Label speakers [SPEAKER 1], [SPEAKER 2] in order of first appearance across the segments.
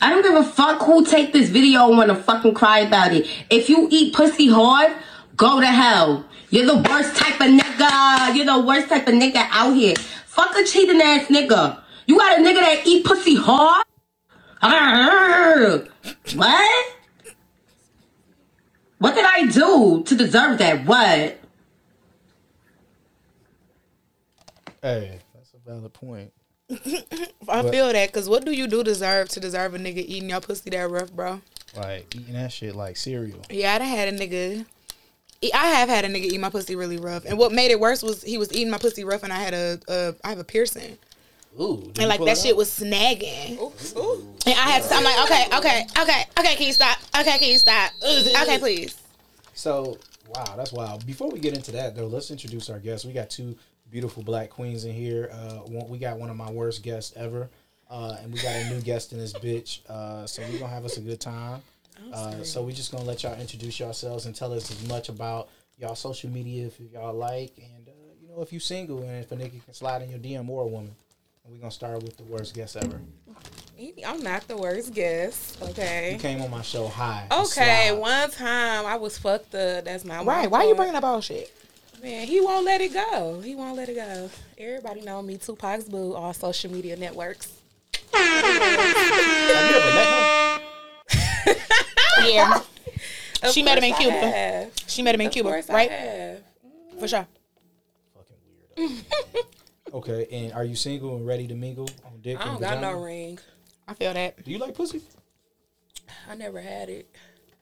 [SPEAKER 1] I don't give a fuck who take this video and want to fucking cry about it. If you eat pussy hard, go to hell. You're the worst type of nigga. You're the worst type of nigga out here. Fuck a cheating ass nigga. You got a nigga that eat pussy hard? Arrgh. What? What did I do to deserve that? What?
[SPEAKER 2] Hey, that's a valid point.
[SPEAKER 3] I feel that because what do you do deserve to deserve a nigga eating your pussy that rough, bro?
[SPEAKER 2] Like eating that shit like cereal.
[SPEAKER 3] Yeah, I done had a nigga. e- I have had a nigga eat my pussy really rough, and what made it worse was he was eating my pussy rough, and I had a, a I have a piercing,
[SPEAKER 4] Ooh, did you
[SPEAKER 3] and like
[SPEAKER 4] pull
[SPEAKER 3] that
[SPEAKER 4] it
[SPEAKER 3] shit
[SPEAKER 4] out?
[SPEAKER 3] was snagging. And I had, to, I'm like, okay, okay, okay, okay, can you stop? Okay, can you stop? Okay, please.
[SPEAKER 2] So wow, that's wild. Before we get into that though, let's introduce our guests. We got two beautiful black queens in here. Uh, one, we got one of my worst guests ever, uh, and we got a new guest in this bitch. Uh, so we're gonna have us a good time. Uh, so we're just gonna let y'all introduce yourselves and tell us as much about y'all social media if y'all like, and uh, you know if you single and if a nigga can slide in your DM or a woman. And we're gonna start with the worst guest ever.
[SPEAKER 5] I'm not the worst guest.
[SPEAKER 2] You
[SPEAKER 5] Okay.
[SPEAKER 2] came on my show high. and
[SPEAKER 5] Okay,
[SPEAKER 2] slide.
[SPEAKER 5] one time I was fucked up. That's not Oh my
[SPEAKER 3] Right? Why you
[SPEAKER 5] fault.
[SPEAKER 3] bringing up all shit?
[SPEAKER 5] Man, he won't let it go. He won't let it go. Everybody know me, Tupac's boo, all social media networks.
[SPEAKER 2] Have you ever met him?
[SPEAKER 3] Yeah,
[SPEAKER 5] Of
[SPEAKER 3] She met him in
[SPEAKER 5] course I
[SPEAKER 3] Cuba.
[SPEAKER 5] have.
[SPEAKER 3] she met him in
[SPEAKER 5] Of
[SPEAKER 3] Cuba,
[SPEAKER 5] course I
[SPEAKER 3] right?
[SPEAKER 5] have.
[SPEAKER 3] For sure.
[SPEAKER 2] Fucking weirdo. okay, and are you single and ready to mingle on dick
[SPEAKER 5] I
[SPEAKER 2] and
[SPEAKER 5] don't got no
[SPEAKER 2] vagina?
[SPEAKER 5] ring.
[SPEAKER 3] I feel that.
[SPEAKER 2] Do you like pussy?
[SPEAKER 5] I never had it.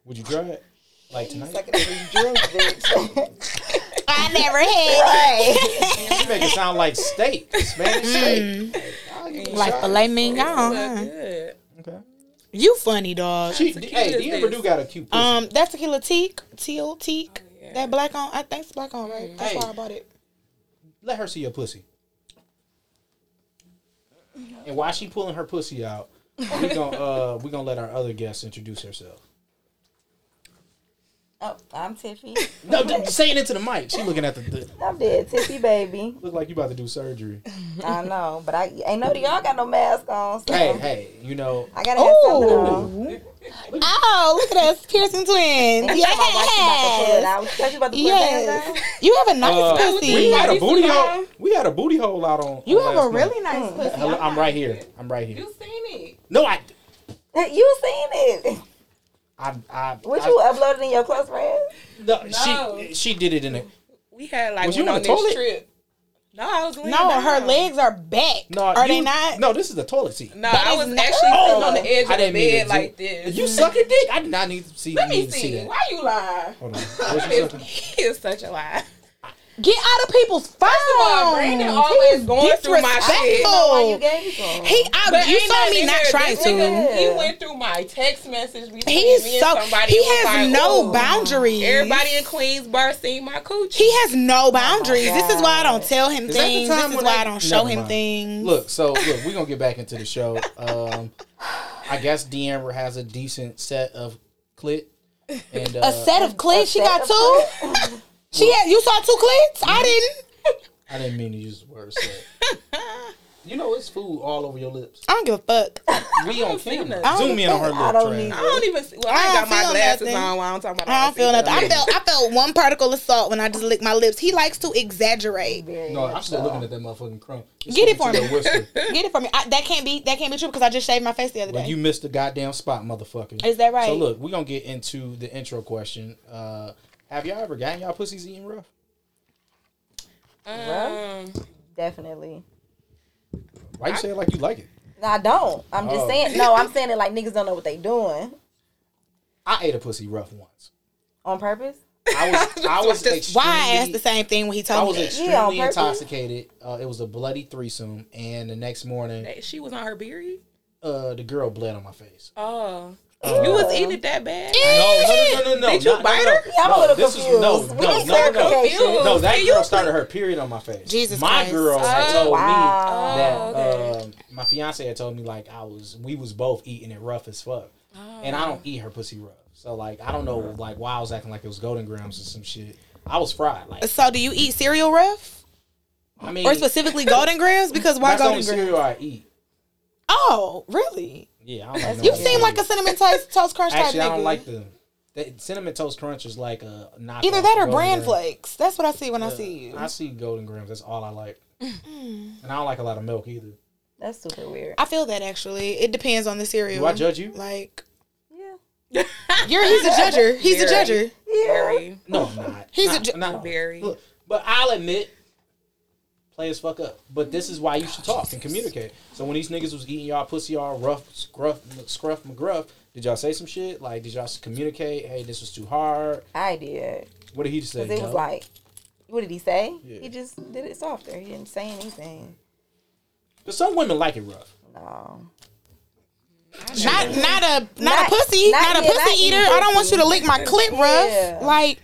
[SPEAKER 2] Would you try it? Like tonight?
[SPEAKER 3] I never had
[SPEAKER 2] you make it sound like steak, Spanish
[SPEAKER 5] Mm.
[SPEAKER 2] steak. I'll give it a
[SPEAKER 3] it. Like
[SPEAKER 2] shot.
[SPEAKER 3] filet mignon.
[SPEAKER 5] Not
[SPEAKER 3] huh?
[SPEAKER 5] good.
[SPEAKER 2] Okay.
[SPEAKER 3] You funny dog.
[SPEAKER 2] She,
[SPEAKER 5] cute
[SPEAKER 2] hey,
[SPEAKER 5] as
[SPEAKER 2] Dean
[SPEAKER 5] this.
[SPEAKER 2] Perdue got a cute pussy.
[SPEAKER 3] Um, that's tequila teak, teal teak. That black on, I think it's black on, right? That's why I
[SPEAKER 2] Hey.
[SPEAKER 3] bought it.
[SPEAKER 2] Let her see your pussy. And while she pulling her pussy out, we gonna uh, we gonna let our other guest introduce herself.
[SPEAKER 6] Oh, I'm Tiffy.
[SPEAKER 2] No, d- saying it to the mic. She looking at the, the
[SPEAKER 6] I'm dead, Tiffy baby.
[SPEAKER 2] look like you about to do surgery.
[SPEAKER 6] I know, but I ain't nobody y'all got no mask on, so
[SPEAKER 2] Hey, hey, you know
[SPEAKER 6] I gotta have something on.
[SPEAKER 3] Oh, look at us, piercing twins.
[SPEAKER 6] And you talking about why she about to pull
[SPEAKER 3] Yes.
[SPEAKER 6] it out. She thought she about to pull it
[SPEAKER 3] Yes.
[SPEAKER 6] down.
[SPEAKER 3] You have a nice
[SPEAKER 2] Uh, we
[SPEAKER 3] pussy.
[SPEAKER 2] had a
[SPEAKER 5] you
[SPEAKER 2] booty
[SPEAKER 5] see
[SPEAKER 2] hole.
[SPEAKER 5] mine?
[SPEAKER 2] We had a booty hole out on.
[SPEAKER 3] You
[SPEAKER 2] on
[SPEAKER 3] have a
[SPEAKER 2] last night.
[SPEAKER 3] really nice pussy.
[SPEAKER 2] Hello, I'm right here. I'm right here.
[SPEAKER 5] You seen it?
[SPEAKER 2] No, I,
[SPEAKER 6] You seen it?
[SPEAKER 2] I, I.
[SPEAKER 6] What
[SPEAKER 2] I-
[SPEAKER 6] you uploaded in your close friend?
[SPEAKER 2] No,
[SPEAKER 5] No.
[SPEAKER 2] she, she did it in a.
[SPEAKER 5] We had like
[SPEAKER 2] Was
[SPEAKER 5] one
[SPEAKER 2] you in
[SPEAKER 5] on
[SPEAKER 2] the
[SPEAKER 5] this
[SPEAKER 2] toilet?
[SPEAKER 5] trip. No, I was laying
[SPEAKER 3] No,
[SPEAKER 5] down.
[SPEAKER 3] her legs are back.
[SPEAKER 2] No,
[SPEAKER 3] are
[SPEAKER 2] you-
[SPEAKER 3] they not?
[SPEAKER 2] No, this is the toilet seat.
[SPEAKER 5] No,
[SPEAKER 3] That
[SPEAKER 5] I
[SPEAKER 3] is
[SPEAKER 5] was actually
[SPEAKER 3] not-
[SPEAKER 5] sitting on
[SPEAKER 2] Oh,
[SPEAKER 5] the edge
[SPEAKER 2] I
[SPEAKER 5] of the
[SPEAKER 2] didn't mean to
[SPEAKER 5] bed
[SPEAKER 2] do-
[SPEAKER 5] like this.
[SPEAKER 2] You suck your dick. I did not need to see.
[SPEAKER 5] Let me
[SPEAKER 2] need to
[SPEAKER 5] see.
[SPEAKER 2] that.
[SPEAKER 5] Why you lie?
[SPEAKER 2] Hold on. Where's your sucking-
[SPEAKER 5] he is such a lie.
[SPEAKER 3] Get out of people's phones.
[SPEAKER 5] Oh, Brandon always going through my shit.
[SPEAKER 3] disrespectful.
[SPEAKER 2] Oh.
[SPEAKER 6] Why you gave me some?
[SPEAKER 3] He, I,
[SPEAKER 5] But
[SPEAKER 3] you
[SPEAKER 5] ain't
[SPEAKER 3] saw
[SPEAKER 5] nothing
[SPEAKER 3] me
[SPEAKER 5] in
[SPEAKER 3] not
[SPEAKER 5] here.
[SPEAKER 3] trying
[SPEAKER 5] This
[SPEAKER 3] to.
[SPEAKER 5] nigga, He went through my text message between me
[SPEAKER 3] He's
[SPEAKER 5] and
[SPEAKER 3] so.
[SPEAKER 5] somebody.
[SPEAKER 3] He
[SPEAKER 5] It was
[SPEAKER 3] has
[SPEAKER 5] like,
[SPEAKER 3] no
[SPEAKER 5] ooh,
[SPEAKER 3] boundaries.
[SPEAKER 5] Everybody in Queensboro seen my coochie.
[SPEAKER 3] He has no boundaries. this is why I don't tell him
[SPEAKER 2] Oh Is that the
[SPEAKER 3] things.
[SPEAKER 2] time
[SPEAKER 3] This is
[SPEAKER 2] when
[SPEAKER 3] why
[SPEAKER 2] I-
[SPEAKER 3] I don't show
[SPEAKER 2] Never
[SPEAKER 3] him
[SPEAKER 2] mind.
[SPEAKER 3] things.
[SPEAKER 2] Look, so look, we're gonna get back into the show. Um, I guess Deanne has a decent set of clit, and uh,
[SPEAKER 3] a set of clits. She
[SPEAKER 6] set
[SPEAKER 3] got
[SPEAKER 6] of
[SPEAKER 3] two. she had. You saw two clits.
[SPEAKER 2] Mm-hmm.
[SPEAKER 3] I didn't.
[SPEAKER 2] I didn't mean to use the word set. you know, it's food all over your lips.
[SPEAKER 3] I don't give a fuck.
[SPEAKER 2] We on
[SPEAKER 5] seen
[SPEAKER 2] camera.
[SPEAKER 5] that.
[SPEAKER 2] Zoom in on her
[SPEAKER 6] I
[SPEAKER 2] little
[SPEAKER 6] don't
[SPEAKER 2] train.
[SPEAKER 6] need
[SPEAKER 5] I don't even see. Well, I,
[SPEAKER 3] I
[SPEAKER 5] ain't
[SPEAKER 3] don't
[SPEAKER 5] got my
[SPEAKER 3] feel
[SPEAKER 5] glasses
[SPEAKER 3] nothing.
[SPEAKER 5] on. Why I'm talking about.
[SPEAKER 3] I don't feel nothing. I
[SPEAKER 5] see
[SPEAKER 3] felt. I felt one particle of salt when I just licked my lips. He likes to exaggerate.
[SPEAKER 6] Very
[SPEAKER 2] No, I'm
[SPEAKER 6] much
[SPEAKER 2] still
[SPEAKER 6] so.
[SPEAKER 2] looking at that motherfucking crumb. It's
[SPEAKER 3] Get it
[SPEAKER 2] coming to
[SPEAKER 3] for
[SPEAKER 2] your whisper.
[SPEAKER 3] Mm. Get it from me. I, that can't be. That can't be true because I just shaved my face the other
[SPEAKER 2] But
[SPEAKER 3] day.
[SPEAKER 2] you missed the goddamn spot, motherfucker.
[SPEAKER 3] Is that right?
[SPEAKER 2] So look, we're gonna get into the intro question. Uh, have y'all ever gotten y'all pussies eating rough?
[SPEAKER 5] Um,
[SPEAKER 6] Definitely.
[SPEAKER 2] Why you say it like you like it?
[SPEAKER 6] No, I don't. I'm just
[SPEAKER 2] Oh.
[SPEAKER 6] saying. No, I'm saying it like niggas don't know what they doing
[SPEAKER 2] I ate a pussy rough once.
[SPEAKER 6] on purpose.
[SPEAKER 2] I was I was extremely,
[SPEAKER 3] Why I asked the same thing when he
[SPEAKER 2] I
[SPEAKER 3] told
[SPEAKER 2] was
[SPEAKER 3] me that.
[SPEAKER 2] extremely
[SPEAKER 6] Yeah, on purpose.
[SPEAKER 2] intoxicated. Uh, it was a bloody threesome, and the next morning,
[SPEAKER 5] that she was on her period.
[SPEAKER 2] uh, the girl bled on my face.
[SPEAKER 5] Oh, you was eating it that bad.
[SPEAKER 2] No, no, no, no, no.
[SPEAKER 5] Did you
[SPEAKER 2] not- no,
[SPEAKER 5] bite
[SPEAKER 2] no,
[SPEAKER 5] her?
[SPEAKER 2] no.
[SPEAKER 6] Yeah, I'm a
[SPEAKER 2] No,
[SPEAKER 6] little
[SPEAKER 2] this Was,
[SPEAKER 6] confused.
[SPEAKER 2] no,
[SPEAKER 6] We
[SPEAKER 2] no,
[SPEAKER 6] need
[SPEAKER 2] no, no, no.
[SPEAKER 6] clarification.
[SPEAKER 2] No, that
[SPEAKER 5] Can
[SPEAKER 2] girl
[SPEAKER 5] you-
[SPEAKER 2] started her period on my face.
[SPEAKER 3] Jesus
[SPEAKER 2] my
[SPEAKER 3] Christ.
[SPEAKER 2] girl had told
[SPEAKER 6] Wow.
[SPEAKER 2] me that
[SPEAKER 5] Oh,
[SPEAKER 2] um, my fiance had told me like I was we was both eating it rough as fuck, and I don't eat her pussy rough. So like I don't know like why I was acting like it was golden grams or some shit. I was fried. Like
[SPEAKER 3] So do you eat cereal rough
[SPEAKER 2] I mean,
[SPEAKER 3] or specifically golden grams? Because why
[SPEAKER 2] that's the only
[SPEAKER 3] golden grams?
[SPEAKER 2] cereal I eat.
[SPEAKER 3] Oh, really?
[SPEAKER 2] Yeah, I don't like no
[SPEAKER 3] You
[SPEAKER 2] other
[SPEAKER 3] seem
[SPEAKER 2] food.
[SPEAKER 3] like a cinnamon toast toast crunch
[SPEAKER 2] Actually,
[SPEAKER 3] type
[SPEAKER 2] I
[SPEAKER 3] nigga.
[SPEAKER 2] don't like the, the cinnamon toast crunch is like a knockoff.
[SPEAKER 3] Either that or
[SPEAKER 2] Golden
[SPEAKER 3] bran
[SPEAKER 2] Graham.
[SPEAKER 3] flakes. That's what I see when I see you.
[SPEAKER 2] I see golden grams. That's all I like, and I don't like a lot of milk either.
[SPEAKER 6] That's super weird.
[SPEAKER 3] I feel that actually. It depends on the cereal.
[SPEAKER 2] Do I judge you?
[SPEAKER 3] Like
[SPEAKER 6] Yeah.
[SPEAKER 3] you're he's a judger. He's a judger.
[SPEAKER 5] Very. Very,
[SPEAKER 2] No, I'm not.
[SPEAKER 3] He's a
[SPEAKER 2] Not-
[SPEAKER 3] ju-
[SPEAKER 2] not all.
[SPEAKER 5] very.
[SPEAKER 2] Look, but I'll admit, play as fuck up. But this is why you should talk and communicate. So when these niggas was eating y'all pussy, y'all rough, scruff, scruff, McGruff, did y'all say some shit? Like, did y'all communicate? Hey, this was too hard.
[SPEAKER 6] I did.
[SPEAKER 2] What did he say?
[SPEAKER 6] Because it was
[SPEAKER 2] No?
[SPEAKER 6] like, what did he say?
[SPEAKER 2] Yeah.
[SPEAKER 6] He just did it softer. He didn't say anything.
[SPEAKER 2] 'Cause some women like it rough.
[SPEAKER 6] No.
[SPEAKER 3] Not not a not,
[SPEAKER 6] Not-
[SPEAKER 3] a pussy.
[SPEAKER 6] not-
[SPEAKER 3] Not, a
[SPEAKER 6] yeah,
[SPEAKER 3] pussy
[SPEAKER 6] not
[SPEAKER 3] eater.
[SPEAKER 6] eating
[SPEAKER 3] I don't want you to lick my clit, rough.
[SPEAKER 6] Yeah.
[SPEAKER 3] Like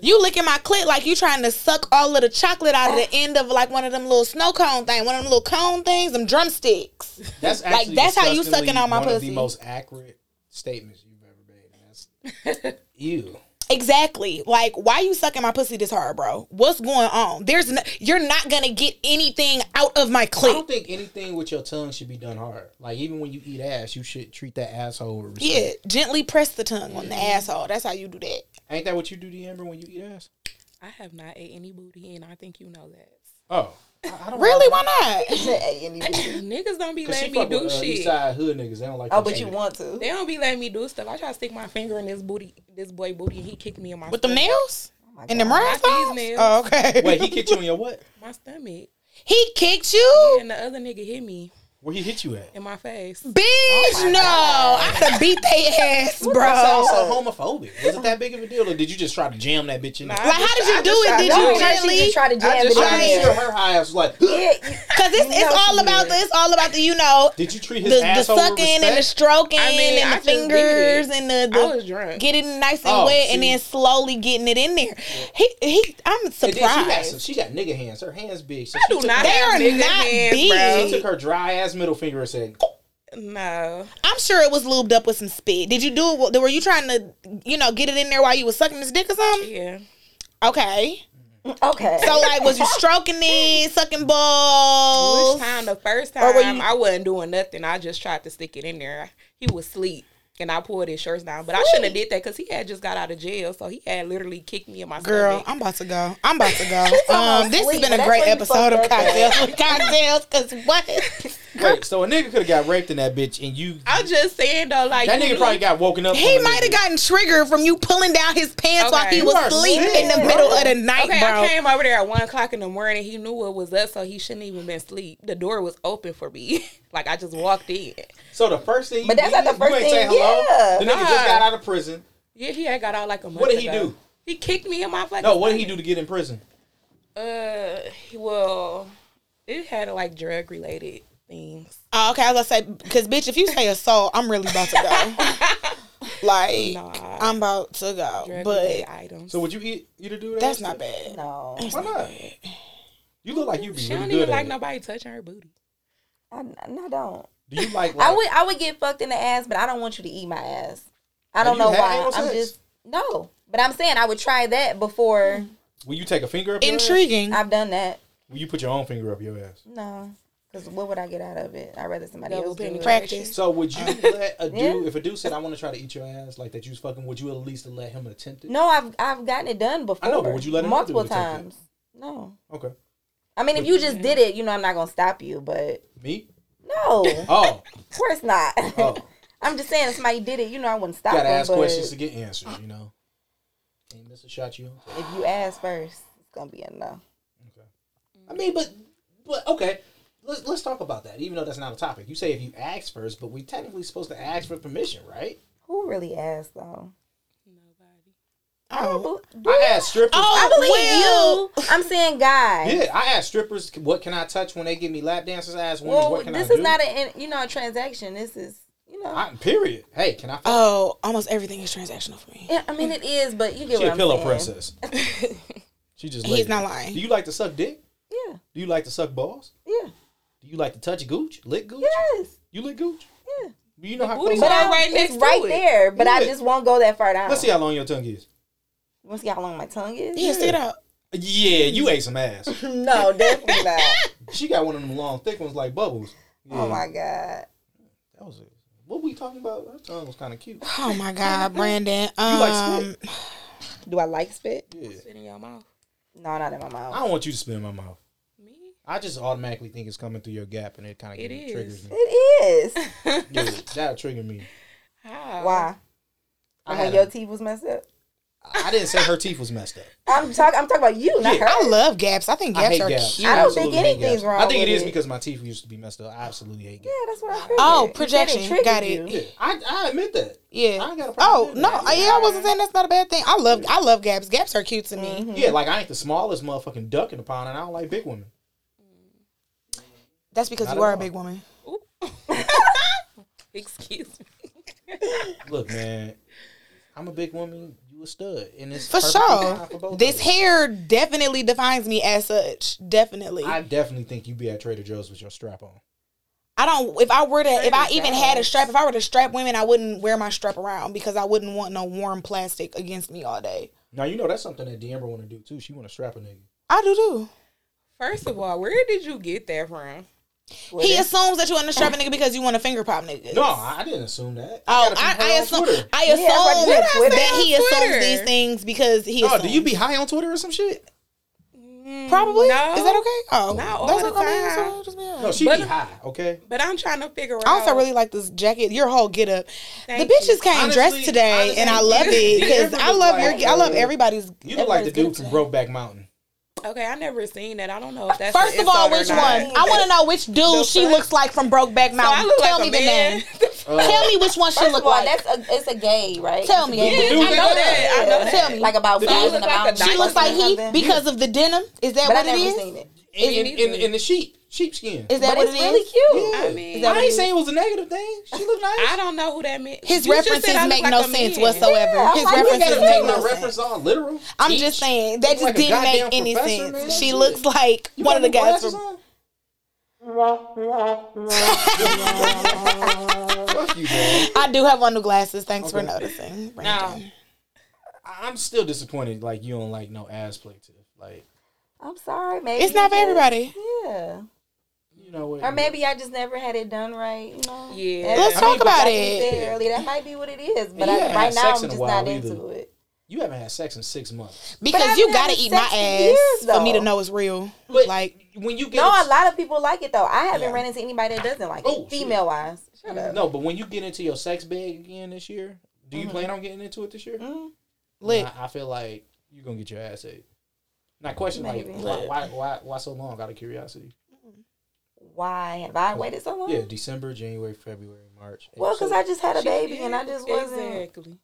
[SPEAKER 3] you licking my clit like you trying to suck all of the chocolate out of the end of like one of them little snow cone thing, one of them little cone things, them drumsticks.
[SPEAKER 2] That's
[SPEAKER 3] Like,
[SPEAKER 2] actually
[SPEAKER 3] that's how you
[SPEAKER 2] disgustingly
[SPEAKER 3] sucking on my
[SPEAKER 2] one Of the
[SPEAKER 3] pussy.
[SPEAKER 2] most accurate statements you've ever made. And that's you.
[SPEAKER 3] Exactly. Like, why you sucking my pussy this hard, bro? What's going on? There's no, you're not gonna get anything out of my
[SPEAKER 2] I
[SPEAKER 3] clit.
[SPEAKER 2] don't think anything with your tongue should be done hard. Like even when you eat ass, you should treat that asshole with respect.
[SPEAKER 3] Yeah, gently press the tongue on the asshole. That's how you do that.
[SPEAKER 2] Ain't that what you do to Amber when you eat ass?
[SPEAKER 5] I have not ate any booty, and I think you know that.
[SPEAKER 2] Oh, I, I don't
[SPEAKER 3] Really? Why not?
[SPEAKER 5] Niggas don't be
[SPEAKER 2] Cause she
[SPEAKER 5] letting me
[SPEAKER 2] fuck
[SPEAKER 5] do
[SPEAKER 2] with, uh,
[SPEAKER 5] shit.
[SPEAKER 2] Eastside hood niggas. They don't like.
[SPEAKER 6] oh,
[SPEAKER 2] that
[SPEAKER 6] but
[SPEAKER 2] shit.
[SPEAKER 6] you want to.
[SPEAKER 5] They don't be letting me do stuff. I try to stick my finger in this booty, this boy booty, and he kicked me in my
[SPEAKER 3] With the
[SPEAKER 5] stomach.
[SPEAKER 3] nails
[SPEAKER 6] my
[SPEAKER 3] and the
[SPEAKER 6] God.
[SPEAKER 3] brown
[SPEAKER 5] Oh Not these
[SPEAKER 3] sauce?
[SPEAKER 5] nails.
[SPEAKER 3] Oh, okay.
[SPEAKER 2] Wait, he kicked you in your what?
[SPEAKER 5] my stomach,
[SPEAKER 3] He kicked you,
[SPEAKER 5] and the other nigga hit me
[SPEAKER 2] Where he hit you at?
[SPEAKER 5] in my face.
[SPEAKER 3] bitch.
[SPEAKER 5] Oh
[SPEAKER 3] no, I'd have beat they ass, bro.
[SPEAKER 2] That sounds so
[SPEAKER 3] Like,
[SPEAKER 2] homophobic. Was it that big of a deal, or did you just try to jam that bitch in? there?
[SPEAKER 5] Nah,
[SPEAKER 3] how did you do
[SPEAKER 6] I
[SPEAKER 3] it? Did
[SPEAKER 6] know,
[SPEAKER 3] you
[SPEAKER 6] right? She
[SPEAKER 3] gently?
[SPEAKER 6] just tried to jam
[SPEAKER 5] just
[SPEAKER 6] it
[SPEAKER 2] I'm
[SPEAKER 6] in
[SPEAKER 2] sure
[SPEAKER 6] there.
[SPEAKER 2] her high ass was like.
[SPEAKER 6] Yeah, you-
[SPEAKER 3] Cause it's,
[SPEAKER 6] You know
[SPEAKER 3] it's all
[SPEAKER 6] she
[SPEAKER 3] about
[SPEAKER 6] did.
[SPEAKER 3] the it's all about the you know
[SPEAKER 2] Did you treat
[SPEAKER 3] the,
[SPEAKER 2] his
[SPEAKER 3] the
[SPEAKER 2] asshole with
[SPEAKER 3] sucking and the
[SPEAKER 2] respect?
[SPEAKER 3] stroking
[SPEAKER 5] I mean,
[SPEAKER 3] and
[SPEAKER 5] I
[SPEAKER 3] the
[SPEAKER 5] just beat it.
[SPEAKER 3] fingers and the, the
[SPEAKER 5] I was drunk.
[SPEAKER 3] getting it nice and
[SPEAKER 2] Oh,
[SPEAKER 3] wet and
[SPEAKER 2] see.
[SPEAKER 3] then slowly getting it in there. He he, I'm
[SPEAKER 2] And then she got
[SPEAKER 3] surprised.
[SPEAKER 2] some. She got nigga hands. Her hands big. So
[SPEAKER 5] I
[SPEAKER 2] she
[SPEAKER 5] do
[SPEAKER 2] took-
[SPEAKER 5] not
[SPEAKER 3] They
[SPEAKER 5] have
[SPEAKER 3] are
[SPEAKER 5] nigga
[SPEAKER 3] not
[SPEAKER 5] hands,
[SPEAKER 3] big.
[SPEAKER 5] bro.
[SPEAKER 2] She took her dry ass middle finger and said,
[SPEAKER 5] No,
[SPEAKER 3] I'm sure it was lubed up with some spit. Did you do it? Were you trying to you know get it in there while you was sucking his dick or something?
[SPEAKER 5] yeah,
[SPEAKER 3] Okay.
[SPEAKER 6] okay.
[SPEAKER 3] So like, was you stroking it, sucking balls?
[SPEAKER 5] Which time? The first
[SPEAKER 3] Or
[SPEAKER 5] time
[SPEAKER 3] were you-
[SPEAKER 5] I wasn't doing nothing. I just tried to stick it in there. He was asleep. And I pulled his shorts down, but I shouldn't have did that because he had just got out of jail, so he had literally kicked me in my
[SPEAKER 3] Girl,
[SPEAKER 5] stomach.
[SPEAKER 3] I'm about to go. I'm about to go. Um, this has
[SPEAKER 6] sweet,
[SPEAKER 3] been
[SPEAKER 6] but
[SPEAKER 3] a
[SPEAKER 6] that's
[SPEAKER 3] great
[SPEAKER 6] where you
[SPEAKER 3] episode of
[SPEAKER 6] fucked up at.
[SPEAKER 3] cocktails with cocktails. Cause what?
[SPEAKER 2] "Wait, so a nigga could have got raped in that bitch, and you
[SPEAKER 5] I'm just saying though, like
[SPEAKER 2] that
[SPEAKER 5] you
[SPEAKER 2] nigga probably got woken up.
[SPEAKER 3] He
[SPEAKER 2] from a
[SPEAKER 3] might have
[SPEAKER 2] nigga.
[SPEAKER 3] gotten triggered from you pulling down his pants while
[SPEAKER 5] Okay.
[SPEAKER 3] he
[SPEAKER 5] You
[SPEAKER 3] was
[SPEAKER 2] are
[SPEAKER 3] asleep
[SPEAKER 2] sick,
[SPEAKER 3] in the
[SPEAKER 2] bro.
[SPEAKER 3] middle of the night,
[SPEAKER 5] Okay,
[SPEAKER 3] bro.
[SPEAKER 5] I came over there at one o'clock in the morning. He knew what was up, so he shouldn't even been asleep. The door was open for me. like I just walked in.
[SPEAKER 2] So the first thing, you
[SPEAKER 6] But that's
[SPEAKER 2] did,
[SPEAKER 6] not the
[SPEAKER 2] you
[SPEAKER 6] first
[SPEAKER 2] ain't say
[SPEAKER 6] thing,
[SPEAKER 2] hello.
[SPEAKER 6] yeah.
[SPEAKER 2] The nigga just
[SPEAKER 5] Nah.
[SPEAKER 2] got out of prison.
[SPEAKER 5] Yeah, he had got out like a month.
[SPEAKER 2] What did he
[SPEAKER 5] ago.
[SPEAKER 2] do?
[SPEAKER 5] He kicked me in my fucking.
[SPEAKER 2] No, what did he do to get in prison?
[SPEAKER 5] Uh, he- well, it had like drug related things.
[SPEAKER 3] Oh, okay, I was gonna say because bitch, if you say assault, I'm really about to go. like
[SPEAKER 5] Nah.
[SPEAKER 3] I'm about to go,
[SPEAKER 5] Drug
[SPEAKER 3] but
[SPEAKER 5] related items.
[SPEAKER 2] So would you eat eat a dude?
[SPEAKER 3] that's
[SPEAKER 2] ass?
[SPEAKER 3] not bad.
[SPEAKER 6] no,
[SPEAKER 2] Why not? You look like you be
[SPEAKER 5] she
[SPEAKER 2] really
[SPEAKER 5] don't
[SPEAKER 2] good
[SPEAKER 5] even
[SPEAKER 2] at
[SPEAKER 5] like
[SPEAKER 2] it.
[SPEAKER 5] nobody touching her booty.
[SPEAKER 6] I, no, I don't.
[SPEAKER 2] Do you like? like
[SPEAKER 6] I would, I would get fucked in the ass, but I don't want you to eat my ass. I
[SPEAKER 2] Have
[SPEAKER 6] don't
[SPEAKER 2] you
[SPEAKER 6] know
[SPEAKER 2] had
[SPEAKER 6] why.
[SPEAKER 2] anal
[SPEAKER 6] I'm
[SPEAKER 2] sex?
[SPEAKER 6] just no. But I'm saying I would try that before
[SPEAKER 2] Will you take a finger up? your ass?
[SPEAKER 3] Intriguing.
[SPEAKER 6] I've done that.
[SPEAKER 2] Will you put your own finger up your ass?
[SPEAKER 6] No, because what would I get out of it? I'd rather somebody
[SPEAKER 5] Double
[SPEAKER 6] else do it.
[SPEAKER 5] penetration.
[SPEAKER 3] Practice.
[SPEAKER 2] So would you let a dude?
[SPEAKER 6] Yeah.
[SPEAKER 2] If a dude said, "I want to try to eat your ass," like that you was fucking, would you at least let him attempt it?
[SPEAKER 6] No, I've I've gotten it done before.
[SPEAKER 2] I know, but would you let another
[SPEAKER 6] multiple
[SPEAKER 2] dude attempt it?
[SPEAKER 6] times? No.
[SPEAKER 2] Okay.
[SPEAKER 6] I mean, if you just did it, you know, I'm not gonna stop you, but
[SPEAKER 2] Me?
[SPEAKER 6] no, of
[SPEAKER 2] Oh,
[SPEAKER 6] course not.
[SPEAKER 2] oh.
[SPEAKER 6] I'm just saying, if somebody did it, you know, I wouldn't stop
[SPEAKER 2] Gotta
[SPEAKER 6] them,
[SPEAKER 2] ask
[SPEAKER 6] but
[SPEAKER 2] questions to get answers. You know. Ain't miss a shot you. don't take.
[SPEAKER 6] if you ask first, it's gonna be enough.
[SPEAKER 2] I mean, but but okay. Let's let's talk about that. Even though that's not a topic, you say if you ask first, but we technically supposed to ask for permission, right?
[SPEAKER 6] Who really asked though?
[SPEAKER 5] Nobody.
[SPEAKER 3] Oh,
[SPEAKER 6] Do
[SPEAKER 2] I asked strippers.
[SPEAKER 3] Oh,
[SPEAKER 6] I believe
[SPEAKER 3] well.
[SPEAKER 6] you. I'm saying, guys.
[SPEAKER 2] Yeah, I asked strippers, what can I touch when they give me lap dances? I asked women,
[SPEAKER 6] Well,
[SPEAKER 2] what can
[SPEAKER 6] this
[SPEAKER 2] I
[SPEAKER 6] is
[SPEAKER 2] do?
[SPEAKER 6] not a you know a transaction. This is you know. I,
[SPEAKER 2] I- period. Hey, can I? Fuck?
[SPEAKER 3] Oh, almost everything is transactional for me.
[SPEAKER 6] yeah, I mean it is, but you get
[SPEAKER 2] she
[SPEAKER 6] what
[SPEAKER 2] a
[SPEAKER 6] I'm
[SPEAKER 2] pillow
[SPEAKER 6] saying.
[SPEAKER 2] princess. she just.
[SPEAKER 3] He's
[SPEAKER 2] lazy.
[SPEAKER 3] not lying.
[SPEAKER 2] Do you like to suck dick?
[SPEAKER 6] Yeah,
[SPEAKER 2] Do you like to suck balls?
[SPEAKER 6] yeah,
[SPEAKER 2] Do you like to touch gooch? Lick gooch?
[SPEAKER 6] yes,
[SPEAKER 2] You lick gooch?
[SPEAKER 6] yeah.
[SPEAKER 2] Do you know how
[SPEAKER 5] booty
[SPEAKER 2] close?
[SPEAKER 5] But
[SPEAKER 2] I-
[SPEAKER 5] I- right
[SPEAKER 6] it's
[SPEAKER 5] next to
[SPEAKER 6] right
[SPEAKER 5] it.
[SPEAKER 6] there, but I
[SPEAKER 2] Yeah.
[SPEAKER 6] just won't go that far down.
[SPEAKER 2] Let's see how long your tongue is.
[SPEAKER 6] Let's see how long my tongue is.
[SPEAKER 3] Yeah, sit up.
[SPEAKER 2] Yeah, you ate some ass.
[SPEAKER 6] No, definitely not.
[SPEAKER 2] she got one of them long, thick ones like bubbles.
[SPEAKER 6] Oh my god.
[SPEAKER 2] That That was it. What we talking about? Her tongue was kind of cute.
[SPEAKER 3] Oh my God, Brandon. Um,
[SPEAKER 2] like
[SPEAKER 6] Do I like spit?
[SPEAKER 2] Yeah.
[SPEAKER 5] Spit in your mouth.
[SPEAKER 6] No, not in my
[SPEAKER 2] I
[SPEAKER 6] mouth.
[SPEAKER 2] don't want you to spit in my mouth.
[SPEAKER 5] Me?
[SPEAKER 2] I just automatically think it's coming through your gap, and it kind
[SPEAKER 5] It
[SPEAKER 2] of
[SPEAKER 5] is.
[SPEAKER 2] triggers me.
[SPEAKER 6] It is.
[SPEAKER 2] Yeah, that'll trigger me.
[SPEAKER 5] How?
[SPEAKER 6] Why?
[SPEAKER 2] I
[SPEAKER 6] When
[SPEAKER 2] had
[SPEAKER 6] your
[SPEAKER 2] a-
[SPEAKER 6] teeth was messed up.
[SPEAKER 2] I didn't say her teeth was messed up.
[SPEAKER 6] I'm talking. I'm talking about you, not her.
[SPEAKER 3] I love gaps. I think
[SPEAKER 2] I
[SPEAKER 3] gaps
[SPEAKER 2] hate
[SPEAKER 3] are
[SPEAKER 2] gaps.
[SPEAKER 3] cute.
[SPEAKER 6] I don't
[SPEAKER 2] absolutely
[SPEAKER 6] think
[SPEAKER 2] hate
[SPEAKER 6] anything's
[SPEAKER 2] gaps.
[SPEAKER 6] wrong
[SPEAKER 2] I think
[SPEAKER 6] with
[SPEAKER 2] it is
[SPEAKER 6] it.
[SPEAKER 2] because my teeth used to be messed up. I absolutely hate
[SPEAKER 6] Yeah,
[SPEAKER 2] gaps.
[SPEAKER 6] that's what I figured.
[SPEAKER 3] Oh,
[SPEAKER 6] You said it
[SPEAKER 3] projection.
[SPEAKER 6] triggered
[SPEAKER 3] Got it.
[SPEAKER 2] Yeah, I, I admit that.
[SPEAKER 3] Yeah.
[SPEAKER 2] I ain't got a problem
[SPEAKER 3] Oh
[SPEAKER 2] with
[SPEAKER 3] no,
[SPEAKER 2] that.
[SPEAKER 3] I- yeah, I wasn't saying that's not a bad thing. I love, I love gaps. Gaps are cute to me.
[SPEAKER 2] Yeah, like I ain't the smallest motherfucking duck in the pond, and I don't like big women.
[SPEAKER 3] That's because
[SPEAKER 2] Not
[SPEAKER 3] you
[SPEAKER 2] at
[SPEAKER 3] are a
[SPEAKER 2] all.
[SPEAKER 3] big woman.
[SPEAKER 5] Excuse me.
[SPEAKER 2] Look, man, I'm a big woman. You a stud, and it's
[SPEAKER 3] For
[SPEAKER 2] perfectly
[SPEAKER 3] sure.
[SPEAKER 2] fine for both
[SPEAKER 3] This
[SPEAKER 2] of us.
[SPEAKER 3] hair definitely defines me as such. Definitely.
[SPEAKER 2] I
[SPEAKER 3] I,
[SPEAKER 2] definitely think you be at Trader Joe's with your strap on.
[SPEAKER 3] don't if I were to if I
[SPEAKER 6] Trader
[SPEAKER 3] even had a
[SPEAKER 6] Joe's.
[SPEAKER 3] strap, if I were to strap women, I wouldn't wear my strap around because I wouldn't want no warm plastic against me all day.
[SPEAKER 2] Now you know that's something that D'Amber want to do too. She want to strap a nigga.
[SPEAKER 3] I do too.
[SPEAKER 5] First of all, where did you get that from?
[SPEAKER 6] with
[SPEAKER 3] He
[SPEAKER 6] it.
[SPEAKER 3] assumes that you want to strap a nigga because you want to finger pop nigga.
[SPEAKER 2] No, I I didn't assume that. got
[SPEAKER 3] Oh,
[SPEAKER 2] it from
[SPEAKER 3] I,
[SPEAKER 2] her
[SPEAKER 3] I
[SPEAKER 2] on
[SPEAKER 3] assume
[SPEAKER 2] Twitter.
[SPEAKER 3] I
[SPEAKER 6] Yeah,
[SPEAKER 3] assume
[SPEAKER 6] it's like, what I say
[SPEAKER 3] that
[SPEAKER 5] on
[SPEAKER 3] he assumes
[SPEAKER 5] Twitter?
[SPEAKER 3] these things because he.
[SPEAKER 2] Oh,
[SPEAKER 3] assumes.
[SPEAKER 2] do you be high on Twitter or some shit?
[SPEAKER 3] probably?
[SPEAKER 5] No.
[SPEAKER 3] Is that okay? Oh,
[SPEAKER 5] Not all
[SPEAKER 3] that's
[SPEAKER 5] the
[SPEAKER 3] okay.
[SPEAKER 5] time.
[SPEAKER 3] That's all- just be all right.
[SPEAKER 2] No, she
[SPEAKER 5] But-
[SPEAKER 2] be high. Okay.
[SPEAKER 5] But I'm trying to figure out.
[SPEAKER 3] I also really like this jacket. Your whole get up. the
[SPEAKER 5] Thank
[SPEAKER 3] bitches
[SPEAKER 5] you.
[SPEAKER 3] came
[SPEAKER 2] Honestly-
[SPEAKER 3] dressed today, and I
[SPEAKER 2] honestly,
[SPEAKER 3] love it
[SPEAKER 2] you
[SPEAKER 3] because
[SPEAKER 2] never
[SPEAKER 3] I
[SPEAKER 2] look
[SPEAKER 3] love
[SPEAKER 2] like-
[SPEAKER 3] your. I love everybody's.
[SPEAKER 2] You look like the dude
[SPEAKER 3] everybody's
[SPEAKER 2] from
[SPEAKER 3] get up
[SPEAKER 2] Brokeback Mountain.
[SPEAKER 5] Okay, I never seen that. I don't know if
[SPEAKER 3] today.
[SPEAKER 5] that's
[SPEAKER 3] First
[SPEAKER 5] an
[SPEAKER 3] of all,
[SPEAKER 5] insult or
[SPEAKER 3] which one?
[SPEAKER 5] not.
[SPEAKER 3] I want to know which dude she
[SPEAKER 5] fuck?
[SPEAKER 3] looks like from Brokeback
[SPEAKER 5] So I
[SPEAKER 3] Mountain.
[SPEAKER 5] look
[SPEAKER 3] Tell
[SPEAKER 5] like
[SPEAKER 3] me
[SPEAKER 5] a
[SPEAKER 3] the
[SPEAKER 5] man.
[SPEAKER 3] name.
[SPEAKER 2] Uh,
[SPEAKER 3] Tell me which one she
[SPEAKER 6] First of
[SPEAKER 3] look
[SPEAKER 6] all,
[SPEAKER 3] like.
[SPEAKER 6] that's a, it's a gay, right?
[SPEAKER 3] Tell me.
[SPEAKER 5] Yeah, I know that. I know that.
[SPEAKER 3] Tell me.
[SPEAKER 6] Like about
[SPEAKER 2] The dude
[SPEAKER 6] five and
[SPEAKER 5] look like
[SPEAKER 6] about.
[SPEAKER 5] a
[SPEAKER 3] She
[SPEAKER 5] Nike
[SPEAKER 3] looks like he
[SPEAKER 6] something.
[SPEAKER 3] because of the denim. Is that
[SPEAKER 6] But I
[SPEAKER 3] what it
[SPEAKER 6] never
[SPEAKER 3] is?
[SPEAKER 6] seen it.
[SPEAKER 2] In,
[SPEAKER 5] Is it-
[SPEAKER 2] in, in the sheep, sheepskin.
[SPEAKER 3] Is that
[SPEAKER 6] But
[SPEAKER 3] what
[SPEAKER 6] it's
[SPEAKER 3] it
[SPEAKER 6] really
[SPEAKER 3] is?
[SPEAKER 6] cute.
[SPEAKER 2] Yeah.
[SPEAKER 5] I mean-
[SPEAKER 2] I ain't saying it was a negative thing. She looked nice.
[SPEAKER 5] I don't know who that meant.
[SPEAKER 3] His
[SPEAKER 5] You just said
[SPEAKER 3] references
[SPEAKER 5] I look
[SPEAKER 3] make
[SPEAKER 5] like
[SPEAKER 3] no
[SPEAKER 5] a
[SPEAKER 3] sense
[SPEAKER 5] man.
[SPEAKER 3] whatsoever.
[SPEAKER 6] Yeah,
[SPEAKER 3] His
[SPEAKER 6] I'm like,
[SPEAKER 2] You gotta
[SPEAKER 3] references
[SPEAKER 2] make
[SPEAKER 3] make
[SPEAKER 2] my
[SPEAKER 3] no sense.
[SPEAKER 2] reference all literal.
[SPEAKER 3] I'm just saying that just
[SPEAKER 2] like a
[SPEAKER 3] didn't make
[SPEAKER 2] goddamn
[SPEAKER 3] any
[SPEAKER 2] professor,
[SPEAKER 3] sense.
[SPEAKER 2] man.
[SPEAKER 3] She
[SPEAKER 2] Shit.
[SPEAKER 3] looks like
[SPEAKER 2] You
[SPEAKER 3] one
[SPEAKER 2] got
[SPEAKER 3] of the
[SPEAKER 2] new
[SPEAKER 3] guys
[SPEAKER 2] glasses
[SPEAKER 3] from.
[SPEAKER 2] on? Fuck you, man.
[SPEAKER 3] I do have on new glasses. Thanks for
[SPEAKER 2] Okay.
[SPEAKER 3] noticing. Brandon.
[SPEAKER 2] Now, I- I'm still disappointed. Like you don't like no ass play tip. Like
[SPEAKER 6] I'm sorry, maybe
[SPEAKER 3] it's not for
[SPEAKER 6] you just-
[SPEAKER 3] everybody.
[SPEAKER 6] Yeah,
[SPEAKER 2] you know what?
[SPEAKER 6] or maybe I just never had it done right. You know.
[SPEAKER 5] Yeah.
[SPEAKER 6] And
[SPEAKER 3] Let's
[SPEAKER 2] I mean,
[SPEAKER 3] talk
[SPEAKER 2] but
[SPEAKER 3] about
[SPEAKER 6] like you
[SPEAKER 3] it.
[SPEAKER 6] said earlier, that might be what it is, but
[SPEAKER 2] You
[SPEAKER 6] I,
[SPEAKER 2] haven't
[SPEAKER 6] right
[SPEAKER 2] had
[SPEAKER 6] now
[SPEAKER 2] sex in
[SPEAKER 6] I'm
[SPEAKER 2] a
[SPEAKER 6] just
[SPEAKER 2] while
[SPEAKER 6] not into
[SPEAKER 2] either.
[SPEAKER 6] it.
[SPEAKER 2] you haven't had sex in six months.
[SPEAKER 6] But
[SPEAKER 3] Because
[SPEAKER 6] I've
[SPEAKER 3] you
[SPEAKER 6] been
[SPEAKER 3] gotta
[SPEAKER 6] having
[SPEAKER 3] eat my
[SPEAKER 6] sex for
[SPEAKER 3] ass
[SPEAKER 6] years,
[SPEAKER 3] for me to
[SPEAKER 6] though.
[SPEAKER 3] know it's real.
[SPEAKER 2] But
[SPEAKER 3] like,
[SPEAKER 2] like when you get
[SPEAKER 6] No, a
[SPEAKER 2] into,
[SPEAKER 6] lot of people like it though. I haven't
[SPEAKER 2] Yeah.
[SPEAKER 6] ran into anybody that doesn't like
[SPEAKER 2] Oh,
[SPEAKER 6] it, female wise.
[SPEAKER 2] no, but when you get into your sex bag again this year, do
[SPEAKER 6] Mm-hmm.
[SPEAKER 2] you plan on getting into it this year?
[SPEAKER 6] Mm.
[SPEAKER 3] lit.
[SPEAKER 2] I, I feel like you're gonna get your ass ate. Not question like
[SPEAKER 6] Maybe.
[SPEAKER 2] why, why why why so long? Out of curiosity.
[SPEAKER 6] Why have I waited so long?
[SPEAKER 2] Yeah, December, January, February, March.
[SPEAKER 6] Well, because
[SPEAKER 2] So-
[SPEAKER 6] I just had a
[SPEAKER 5] She-
[SPEAKER 6] baby and I
[SPEAKER 5] yeah,
[SPEAKER 6] just wasn't.
[SPEAKER 5] Exactly.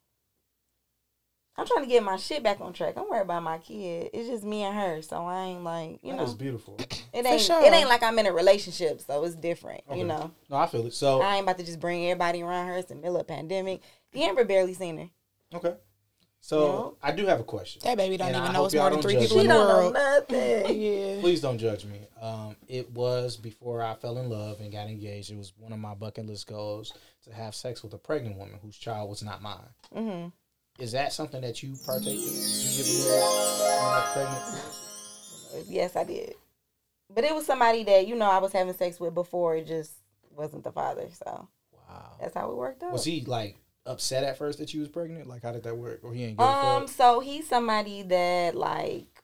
[SPEAKER 6] I'm trying to get my shit back on track. I'm worried about my kid. It's just me and her, so I ain't like you
[SPEAKER 2] that was
[SPEAKER 6] know.
[SPEAKER 2] beautiful.
[SPEAKER 6] It ain't
[SPEAKER 3] sure.
[SPEAKER 6] it ain't like I'm in a relationship, so it's different.
[SPEAKER 2] Okay.
[SPEAKER 6] You know,
[SPEAKER 2] No, I feel it. So
[SPEAKER 6] I ain't about to just bring everybody around her. It's the middle of pandemic. D'Amber barely seen her.
[SPEAKER 2] okay. So I do have a question.
[SPEAKER 3] That baby don't
[SPEAKER 2] And I
[SPEAKER 3] even know
[SPEAKER 2] hope
[SPEAKER 3] it's more
[SPEAKER 2] y'all
[SPEAKER 3] than
[SPEAKER 2] don't
[SPEAKER 3] three
[SPEAKER 2] judge
[SPEAKER 3] people
[SPEAKER 2] me.
[SPEAKER 6] She
[SPEAKER 3] in the
[SPEAKER 6] don't know
[SPEAKER 3] world.
[SPEAKER 6] nothing.
[SPEAKER 3] Yeah.
[SPEAKER 2] Please don't judge me. Um, it was before I fell in love and got engaged. It was one of my bucket list goals to have sex with a pregnant woman whose child was not mine. Is that something that you partake in? You give a little, when you're pregnant?
[SPEAKER 6] yes, I did. But it was somebody that you know I was having sex with before. It just wasn't the father, so
[SPEAKER 2] Wow.
[SPEAKER 6] that's how it worked out.
[SPEAKER 2] Was he like upset at first that you was pregnant? Like, how did that work? Or he ain't give a
[SPEAKER 6] um,
[SPEAKER 2] fuck?
[SPEAKER 6] so he's somebody that like,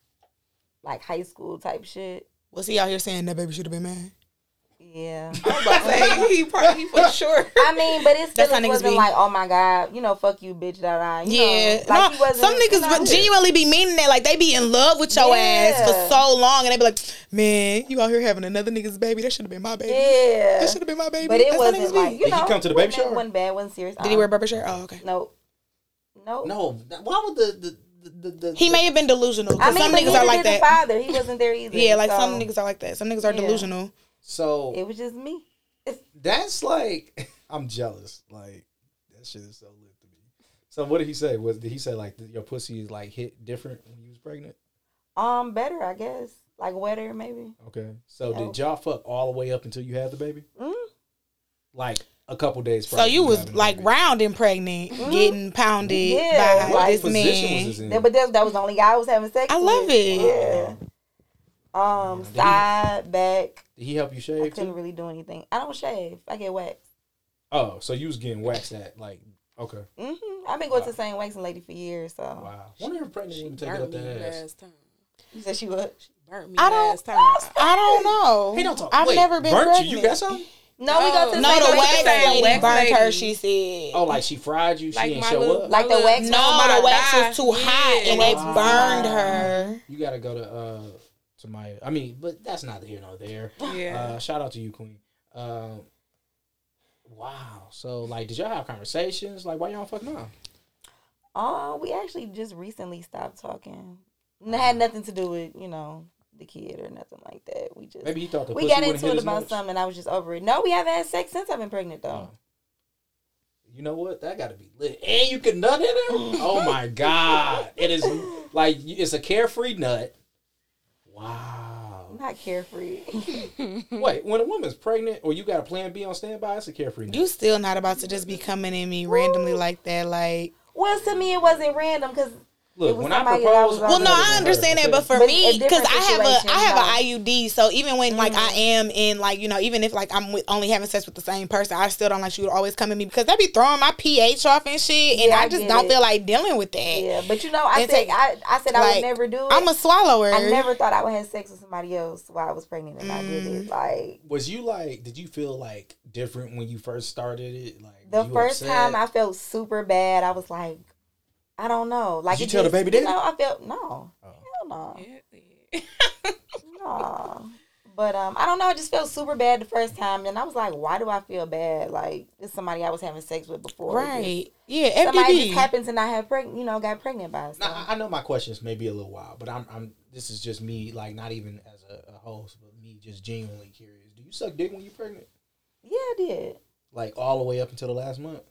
[SPEAKER 6] like high school type shit.
[SPEAKER 3] Was he out here saying that baby should have been mad?
[SPEAKER 6] Yeah.
[SPEAKER 5] Like, he probably for sure.
[SPEAKER 6] I mean, but it's
[SPEAKER 3] That's
[SPEAKER 6] still
[SPEAKER 3] how niggas
[SPEAKER 6] wasn't
[SPEAKER 3] be.
[SPEAKER 6] like, oh my god, you know, fuck you, bitch, da da. you
[SPEAKER 3] Yeah,
[SPEAKER 6] know, like,
[SPEAKER 3] no.
[SPEAKER 6] he wasn't-
[SPEAKER 3] Some
[SPEAKER 6] you
[SPEAKER 3] niggas
[SPEAKER 6] know,
[SPEAKER 3] but genuinely be meaning that, like they be in love with your ass for
[SPEAKER 6] Yeah.
[SPEAKER 3] so long, and they be like, "Man, you out here having another nigga's baby? That should have been my baby.
[SPEAKER 6] Yeah,
[SPEAKER 3] That should have been my baby."
[SPEAKER 6] but it
[SPEAKER 3] That's how niggas
[SPEAKER 6] wasn't
[SPEAKER 3] be.
[SPEAKER 6] like you
[SPEAKER 2] Did he
[SPEAKER 6] know.
[SPEAKER 2] come to the baby
[SPEAKER 6] wasn't-
[SPEAKER 2] shower?
[SPEAKER 6] Wasn't bad, wasn't serious.
[SPEAKER 3] Did he wear a barber shirt? Oh, okay.
[SPEAKER 6] No, no,
[SPEAKER 2] No, that- why would the. the, the, the, the
[SPEAKER 3] He may have been delusional. 'cause
[SPEAKER 6] I mean,
[SPEAKER 3] some
[SPEAKER 6] but
[SPEAKER 3] niggas
[SPEAKER 6] neither
[SPEAKER 3] are like
[SPEAKER 6] did
[SPEAKER 3] that.
[SPEAKER 6] The father, he wasn't there either.
[SPEAKER 3] Yeah, like
[SPEAKER 6] so
[SPEAKER 3] some niggas are like that. Some niggas are
[SPEAKER 6] Yeah.
[SPEAKER 3] delusional.
[SPEAKER 2] So
[SPEAKER 6] It was just me. It's,
[SPEAKER 2] that's like. I'm jealous. Like, that shit is so lit to me. So what did he say? Was did he say like your pussy is like hit different when you was pregnant?
[SPEAKER 6] um, better, I guess. Like wetter, maybe.
[SPEAKER 2] Okay. So
[SPEAKER 3] Oh.
[SPEAKER 6] No.
[SPEAKER 2] did y'all fuck all the way up until you had the baby?
[SPEAKER 6] Mm.
[SPEAKER 2] Like a couple days.
[SPEAKER 3] Mm-hmm. So
[SPEAKER 2] prior
[SPEAKER 3] you
[SPEAKER 2] to
[SPEAKER 3] was
[SPEAKER 2] having the
[SPEAKER 3] like
[SPEAKER 2] baby.
[SPEAKER 3] round and pregnant, getting pounded
[SPEAKER 6] Mm-hmm. Yeah,
[SPEAKER 3] by
[SPEAKER 2] What
[SPEAKER 3] this
[SPEAKER 2] position
[SPEAKER 3] man.
[SPEAKER 2] was this in?
[SPEAKER 6] That- but that, that was the only guy I was having sex.
[SPEAKER 3] I
[SPEAKER 6] with.
[SPEAKER 3] love it.
[SPEAKER 6] Yeah. Um,
[SPEAKER 2] Damn.
[SPEAKER 6] side, back.
[SPEAKER 2] Did he help you
[SPEAKER 6] I
[SPEAKER 2] shave
[SPEAKER 6] couldn't
[SPEAKER 2] too?
[SPEAKER 6] really do anything. I don't shave. I get waxed.
[SPEAKER 2] Oh, so you was getting waxed at like okay.
[SPEAKER 6] Mm-hmm. I've been going to the same waxing lady for years, so
[SPEAKER 2] Wow. Wonder if pregnant women take it
[SPEAKER 5] Burnt
[SPEAKER 2] up
[SPEAKER 5] me
[SPEAKER 2] their ass.
[SPEAKER 5] last time.
[SPEAKER 6] you said she would.
[SPEAKER 5] Burnt me
[SPEAKER 3] I don't-
[SPEAKER 5] last time.
[SPEAKER 3] I don't know.
[SPEAKER 2] He don't talk-
[SPEAKER 3] I've
[SPEAKER 2] wait,
[SPEAKER 3] never been
[SPEAKER 2] burnt
[SPEAKER 3] pregnant.
[SPEAKER 2] you. You got something?
[SPEAKER 6] No, we go to the
[SPEAKER 3] No,
[SPEAKER 6] same
[SPEAKER 3] the
[SPEAKER 5] Like
[SPEAKER 3] wax
[SPEAKER 5] the same
[SPEAKER 3] lady
[SPEAKER 5] wax
[SPEAKER 3] burnt her.
[SPEAKER 5] lady.
[SPEAKER 3] She said.
[SPEAKER 2] Oh, like she fried you. She
[SPEAKER 5] Like
[SPEAKER 2] didn't
[SPEAKER 5] my
[SPEAKER 2] show
[SPEAKER 5] little,
[SPEAKER 2] up.
[SPEAKER 5] my
[SPEAKER 6] Like the
[SPEAKER 5] little-
[SPEAKER 6] wax-
[SPEAKER 3] no, my wax
[SPEAKER 5] dye.
[SPEAKER 3] was too hot
[SPEAKER 5] Yeah.
[SPEAKER 3] and they
[SPEAKER 2] Wow.
[SPEAKER 3] burned her.
[SPEAKER 2] you gotta go to uh to my. I mean, but that's not here nor there.
[SPEAKER 5] Yeah.
[SPEAKER 2] Uh, shout out to you, Queen. Um, wow. So like, did y'all have conversations? Like, why y'all fuck now?
[SPEAKER 6] Oh, we actually just recently stopped talking. And it had nothing to do with you know the kid or nothing like that. We just
[SPEAKER 2] Maybe he thought the
[SPEAKER 6] we
[SPEAKER 2] pussy
[SPEAKER 6] got
[SPEAKER 2] wouldn't
[SPEAKER 6] into
[SPEAKER 2] hit
[SPEAKER 6] it
[SPEAKER 2] as
[SPEAKER 6] about
[SPEAKER 2] much.
[SPEAKER 6] something. and I was just over it. No, we haven't had sex since I've been pregnant though.
[SPEAKER 2] You know what? That got to be lit. And you can nut in it. Oh my god! It is like it's a carefree nut. Wow.
[SPEAKER 6] I'm not carefree.
[SPEAKER 2] Wait, when a woman's pregnant or you got a plan B on standby, it's a carefree nut.
[SPEAKER 3] You still not about to just be coming at me randomly like that, like.
[SPEAKER 6] well, to me it wasn't random because
[SPEAKER 2] Look,
[SPEAKER 6] was
[SPEAKER 2] when I
[SPEAKER 6] somebody
[SPEAKER 2] proposed,
[SPEAKER 6] that I was
[SPEAKER 2] I
[SPEAKER 6] on-
[SPEAKER 3] Well, no,
[SPEAKER 2] nutted with
[SPEAKER 3] I
[SPEAKER 2] her.
[SPEAKER 3] understand that, but for
[SPEAKER 6] But
[SPEAKER 3] me,
[SPEAKER 6] a
[SPEAKER 3] because
[SPEAKER 6] different
[SPEAKER 3] I have a I have a
[SPEAKER 6] situation,
[SPEAKER 3] IUD, so even when like I am in like you know even if like I'm with, only having sex with the same person, I still don't like you to always come at me because they be throwing my pH off and shit, and
[SPEAKER 6] Yeah,
[SPEAKER 3] I
[SPEAKER 6] I
[SPEAKER 3] just
[SPEAKER 6] get
[SPEAKER 3] don't
[SPEAKER 6] it.
[SPEAKER 3] feel like dealing with that.
[SPEAKER 6] yeah, but you know I
[SPEAKER 3] It's
[SPEAKER 6] said
[SPEAKER 3] like-
[SPEAKER 6] I, I said I
[SPEAKER 3] like,
[SPEAKER 6] would never do it.
[SPEAKER 3] I'm a swallower.
[SPEAKER 6] I never thought I would have sex with somebody else while I was pregnant, and I did
[SPEAKER 3] Mm-hmm.
[SPEAKER 6] it. Like
[SPEAKER 2] was you like? Did you feel like different when you first started it? Like
[SPEAKER 6] the
[SPEAKER 2] were you
[SPEAKER 6] first
[SPEAKER 2] upset?
[SPEAKER 6] time I felt super bad. I was like, I don't know. Like
[SPEAKER 2] Did you
[SPEAKER 6] it
[SPEAKER 2] tell the
[SPEAKER 6] just-
[SPEAKER 2] baby daddy?
[SPEAKER 6] You
[SPEAKER 2] Oh.
[SPEAKER 6] know, I felt no, hell no, no. But um, I don't know. I just felt super bad the first time, and I was like, why do I feel bad? Like it's somebody I was having sex with before.
[SPEAKER 3] right? Yeah,
[SPEAKER 6] Just- Somebody just
[SPEAKER 3] FDD.
[SPEAKER 6] happened to not have pregnant, you know, got pregnant by. So.
[SPEAKER 2] Now, I- I know my questions may be a little wild, but I'm, I'm. This is just me, like not even as a, a host, but me just genuinely curious. Do you suck dick when you're pregnant?
[SPEAKER 6] Yeah, I did.
[SPEAKER 2] Like all the way up until the last month?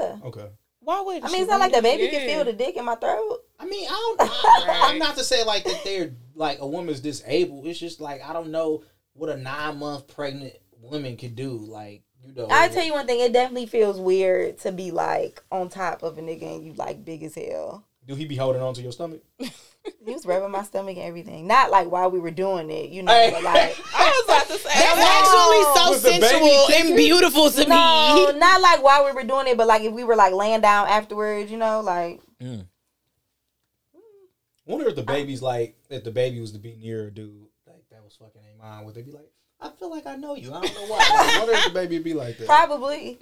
[SPEAKER 6] Yeah.
[SPEAKER 2] Okay.
[SPEAKER 3] Why would
[SPEAKER 6] I mean, it's not like the baby can
[SPEAKER 5] Yeah.
[SPEAKER 6] feel the dick in my throat.
[SPEAKER 2] I mean, I don't. I, I'm not to say like that they're like a woman's disabled. It's just like I don't know what a nine month pregnant woman could do. Like you know.
[SPEAKER 6] I tell you one thing, it definitely feels weird to be like on top of a nigga and you like big as hell.
[SPEAKER 2] Do he be holding on to your stomach?
[SPEAKER 6] He was rubbing my stomach and everything. Not like while we were doing it, you know,
[SPEAKER 2] Hey.
[SPEAKER 6] but like
[SPEAKER 5] I was about to say.
[SPEAKER 3] That's
[SPEAKER 2] Was the
[SPEAKER 3] actually
[SPEAKER 2] baby
[SPEAKER 3] so sensual and beautiful to
[SPEAKER 6] no,
[SPEAKER 3] me.
[SPEAKER 6] not like while we were doing it, but like if we were like laying down afterwards, you know, like
[SPEAKER 2] Wonder if the baby's like if the baby was to be near a dude like that was fucking a mine, would they be like? I feel like I know you. I don't know why. Like, wonder if the baby would be like that.
[SPEAKER 6] probably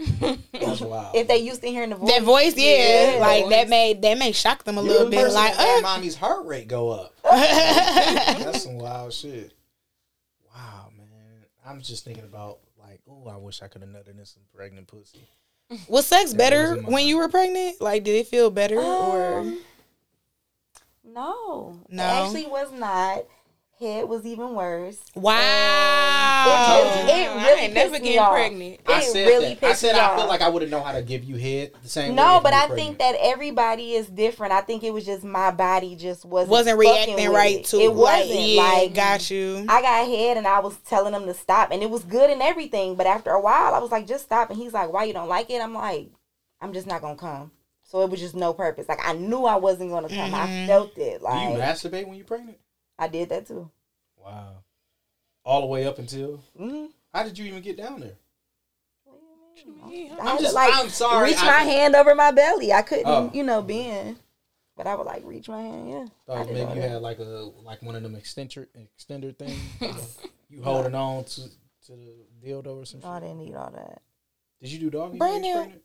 [SPEAKER 2] That's wild.
[SPEAKER 6] if they used to hearing the voice.
[SPEAKER 3] That voice, yeah,
[SPEAKER 6] Yeah,
[SPEAKER 3] like
[SPEAKER 5] voice.
[SPEAKER 3] that made that may shock them a little
[SPEAKER 2] You're the
[SPEAKER 3] bit,
[SPEAKER 2] person
[SPEAKER 3] like.
[SPEAKER 2] that made
[SPEAKER 3] uh,
[SPEAKER 2] mommy's heart rate go up. That's some wild shit. Wow, man. I'm just thinking about like, oh, I wish I could have nutted in some pregnant pussy.
[SPEAKER 3] uh, Was sex better
[SPEAKER 2] wasn't mine.
[SPEAKER 3] when you were pregnant? Like, did it feel better or?
[SPEAKER 6] Um, no,
[SPEAKER 3] No.
[SPEAKER 6] it actually was not. Head was even worse.
[SPEAKER 3] Wow.
[SPEAKER 6] It really
[SPEAKER 5] oh, I ain't never
[SPEAKER 6] pissed me
[SPEAKER 5] getting
[SPEAKER 6] off.
[SPEAKER 5] pregnant.
[SPEAKER 2] I
[SPEAKER 6] It
[SPEAKER 2] said
[SPEAKER 6] really
[SPEAKER 2] that. I
[SPEAKER 6] pissed
[SPEAKER 2] said
[SPEAKER 6] me
[SPEAKER 2] I feel
[SPEAKER 6] off.
[SPEAKER 2] like I would have known how to give you head the same way.
[SPEAKER 6] No,
[SPEAKER 2] if
[SPEAKER 6] but
[SPEAKER 2] you were
[SPEAKER 6] I think that everybody is different. I think it was just my body just wasn't
[SPEAKER 3] Wasn't
[SPEAKER 6] fucking
[SPEAKER 3] reacting
[SPEAKER 6] with
[SPEAKER 3] right
[SPEAKER 6] it.
[SPEAKER 3] to
[SPEAKER 6] it.
[SPEAKER 3] Like,
[SPEAKER 6] Wasn't
[SPEAKER 3] yeah,
[SPEAKER 6] like
[SPEAKER 3] got you.
[SPEAKER 6] I got head and I was telling him to stop, and it was good and everything. But after a while, I was like, just stop. And he's like, why you don't like it? I'm like, I'm just not gonna come. So it was just no purpose. Like I knew I wasn't gonna come.
[SPEAKER 3] Mm-hmm.
[SPEAKER 6] I felt
[SPEAKER 2] pregnant.
[SPEAKER 6] it. Like
[SPEAKER 2] Do you masturbate when you're pregnant?
[SPEAKER 6] I did that too.
[SPEAKER 2] Wow. All the way up until
[SPEAKER 6] hmm
[SPEAKER 2] how did you even get down there?
[SPEAKER 6] I had to,
[SPEAKER 2] just-
[SPEAKER 6] like
[SPEAKER 2] I'm sorry,
[SPEAKER 6] reach
[SPEAKER 2] I-
[SPEAKER 6] my hand over my belly. I couldn't,
[SPEAKER 2] Oh.
[SPEAKER 6] you know, bend. But I would like reach my hand. Yeah. I
[SPEAKER 2] Thought
[SPEAKER 6] did all
[SPEAKER 2] maybe you
[SPEAKER 6] that.
[SPEAKER 2] had like a like one of them extender extender things. you holding on to to the dildo or something.
[SPEAKER 6] No, I didn't need all that.
[SPEAKER 2] Did you do doggy? when you was
[SPEAKER 3] Brandon.
[SPEAKER 2] pregnant?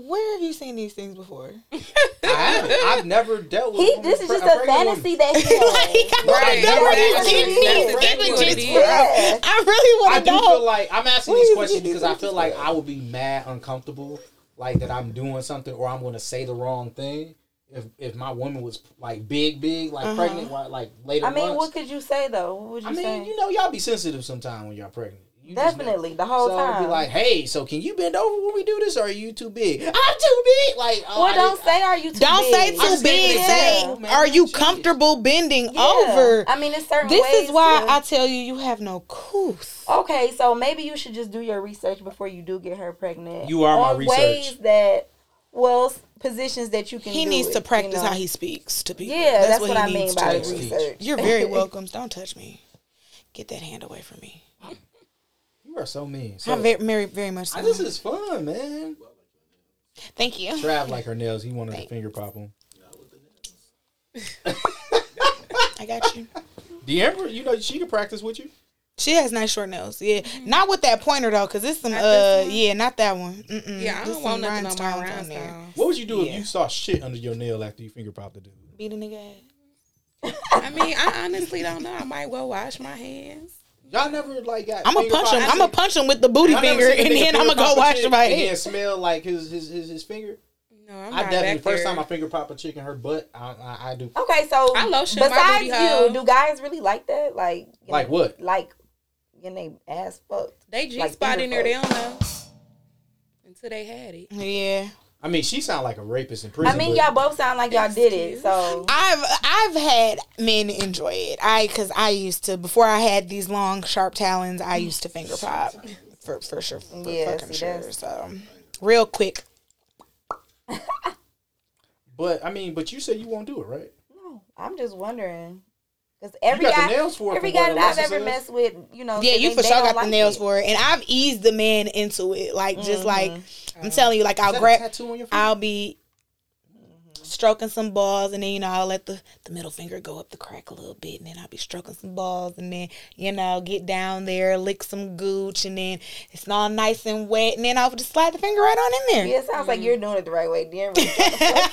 [SPEAKER 3] Where have you seen these things before?
[SPEAKER 2] I haven't. I've never dealt with. a
[SPEAKER 6] He,
[SPEAKER 2] woman
[SPEAKER 6] this is
[SPEAKER 2] pre-
[SPEAKER 6] just a
[SPEAKER 2] pregnant woman.
[SPEAKER 6] fantasy that he had.
[SPEAKER 5] Right.
[SPEAKER 2] That's what
[SPEAKER 5] That's
[SPEAKER 2] it
[SPEAKER 5] what
[SPEAKER 2] is. That's
[SPEAKER 5] it is.
[SPEAKER 2] exactly
[SPEAKER 5] That's
[SPEAKER 2] what
[SPEAKER 5] what
[SPEAKER 2] it
[SPEAKER 5] it
[SPEAKER 2] is.
[SPEAKER 5] is.
[SPEAKER 6] Yeah.
[SPEAKER 3] I really
[SPEAKER 2] I
[SPEAKER 3] want
[SPEAKER 2] do
[SPEAKER 3] to
[SPEAKER 2] feel
[SPEAKER 3] know.
[SPEAKER 2] like I'm asking
[SPEAKER 3] Please,
[SPEAKER 2] these questions
[SPEAKER 3] please,
[SPEAKER 2] because I feel like I would be mad uncomfortable, like that I'm doing something or I'm going to say the wrong thing. If if my woman was like big, big, like pregnant, why- like later
[SPEAKER 6] Uh-huh. I mean,
[SPEAKER 2] months.
[SPEAKER 6] what could you say though? What would you
[SPEAKER 2] I mean,
[SPEAKER 6] say?
[SPEAKER 2] you know, y'all be sensitive sometime when y'all pregnant. You just know.
[SPEAKER 6] Definitely, the whole
[SPEAKER 2] so
[SPEAKER 6] time.
[SPEAKER 2] be like, hey, so can you bend over when we do this, or are you too big? I'm too big. Like, oh, I
[SPEAKER 6] well, don't
[SPEAKER 2] didn't-
[SPEAKER 6] say are you too
[SPEAKER 3] Don't say
[SPEAKER 6] big.
[SPEAKER 2] I
[SPEAKER 3] too
[SPEAKER 2] just gave
[SPEAKER 3] big.
[SPEAKER 2] an
[SPEAKER 3] Say,
[SPEAKER 2] example, man.
[SPEAKER 3] are you
[SPEAKER 2] Shit.
[SPEAKER 3] comfortable bending
[SPEAKER 6] Yeah.
[SPEAKER 3] over?
[SPEAKER 6] I mean, it's certain.
[SPEAKER 3] This is
[SPEAKER 6] ways
[SPEAKER 3] why
[SPEAKER 6] to-
[SPEAKER 3] I tell you, you have no coos.
[SPEAKER 6] Okay, so maybe you should just do your research before you do get her pregnant.
[SPEAKER 2] You are my
[SPEAKER 6] On
[SPEAKER 2] research.
[SPEAKER 6] Ways that, well, s- positions that you can.
[SPEAKER 3] He
[SPEAKER 6] do
[SPEAKER 3] needs
[SPEAKER 6] it,
[SPEAKER 3] to practice
[SPEAKER 6] you know?
[SPEAKER 3] how he speaks to people.
[SPEAKER 6] Yeah, that's, what, I
[SPEAKER 3] he
[SPEAKER 6] mean
[SPEAKER 3] needs to
[SPEAKER 6] by
[SPEAKER 3] do.
[SPEAKER 2] do.
[SPEAKER 6] research.
[SPEAKER 3] You're very welcome. Don't touch me. Get that hand away from me.
[SPEAKER 2] You are so mean. So
[SPEAKER 3] I'm very, very, very much so.
[SPEAKER 2] I- this is fun, man.
[SPEAKER 3] Thank you.
[SPEAKER 2] Trav like her nails. He wanted to finger pop them.
[SPEAKER 3] I got you.
[SPEAKER 2] The Amber, you know, she can practice with you.
[SPEAKER 3] She has nice short nails. Yeah, not with that pointer though, cause it's some. uh, yeah, Mm-hmm. not that one. Mm-mm.
[SPEAKER 5] Yeah, I
[SPEAKER 3] There's
[SPEAKER 5] don't
[SPEAKER 3] some
[SPEAKER 5] want nothing on my
[SPEAKER 3] rhinestones on there.
[SPEAKER 5] rhinestone.
[SPEAKER 2] What would you do if you saw shit under your nail after you finger popped the dude?
[SPEAKER 3] Beat a nigga. ass.
[SPEAKER 5] I mean, I honestly don't know. I might well wash my hands.
[SPEAKER 2] Y'all never like got.
[SPEAKER 3] I'm gonna
[SPEAKER 2] finger
[SPEAKER 3] punch
[SPEAKER 2] popped?
[SPEAKER 3] him. I'm gonna punch him with the booty
[SPEAKER 2] Y'all never
[SPEAKER 3] finger,
[SPEAKER 2] seen a
[SPEAKER 3] and
[SPEAKER 2] nigga
[SPEAKER 3] then I'm
[SPEAKER 2] finger
[SPEAKER 3] gonna go
[SPEAKER 2] pop a
[SPEAKER 3] wash
[SPEAKER 2] chick
[SPEAKER 3] my
[SPEAKER 2] and then
[SPEAKER 3] head.
[SPEAKER 2] smell like his his his, his finger.
[SPEAKER 5] No, I'm
[SPEAKER 2] I
[SPEAKER 5] not
[SPEAKER 2] definitely
[SPEAKER 5] back
[SPEAKER 2] first
[SPEAKER 5] there.
[SPEAKER 2] time I finger pop a chick in her butt. I I, I do
[SPEAKER 6] Okay, so
[SPEAKER 5] I lotion my
[SPEAKER 6] besides
[SPEAKER 5] booty hole.
[SPEAKER 6] you, do guys really like that? Like, you
[SPEAKER 2] like
[SPEAKER 6] know,
[SPEAKER 2] what?
[SPEAKER 6] Like, getting they ass fucked.
[SPEAKER 5] They G
[SPEAKER 6] Like
[SPEAKER 5] spot in there. They
[SPEAKER 6] finger
[SPEAKER 5] don't know until they had it.
[SPEAKER 3] Yeah,
[SPEAKER 2] I mean, she sound like a rapist in prison.
[SPEAKER 6] I mean,
[SPEAKER 2] but
[SPEAKER 6] y'all both sound like y'all did it. So
[SPEAKER 3] I've I've had men enjoy it. I because I used to before I had these long sharp talons. I used to finger pop for for sure. For
[SPEAKER 6] Yeah,
[SPEAKER 3] fucking
[SPEAKER 6] see, that's-
[SPEAKER 3] sure. So real quick.
[SPEAKER 2] But I mean, but you said you won't do it, right?
[SPEAKER 6] no, I'm just wondering because every
[SPEAKER 2] got the
[SPEAKER 6] guy,
[SPEAKER 2] nails for it
[SPEAKER 6] every
[SPEAKER 2] from what
[SPEAKER 6] guy that I've
[SPEAKER 2] Alexis says.
[SPEAKER 6] ever messed with, you know,
[SPEAKER 3] Yeah,
[SPEAKER 6] said
[SPEAKER 3] you
[SPEAKER 6] they-
[SPEAKER 3] for
[SPEAKER 6] they
[SPEAKER 3] sure
[SPEAKER 6] don't
[SPEAKER 3] got
[SPEAKER 6] like
[SPEAKER 3] the nails
[SPEAKER 6] it. Mm-hmm.
[SPEAKER 3] for it, and I've eased the man into it. Like just like I'm telling you, like
[SPEAKER 2] Is
[SPEAKER 3] I'll
[SPEAKER 2] that a
[SPEAKER 3] grab.
[SPEAKER 2] tattoo on your finger?
[SPEAKER 3] I'll be
[SPEAKER 6] Mm-hmm.
[SPEAKER 3] stroking some balls and then you know I'll let the, the middle finger go up the crack a little bit and then I'll be stroking some balls and then you know get down there lick some gooch and then it's all nice and wet and then I'll just slide the finger right on in there.
[SPEAKER 6] Yeah, it sounds
[SPEAKER 2] Mm-hmm.
[SPEAKER 6] like you're doing it the right way. Then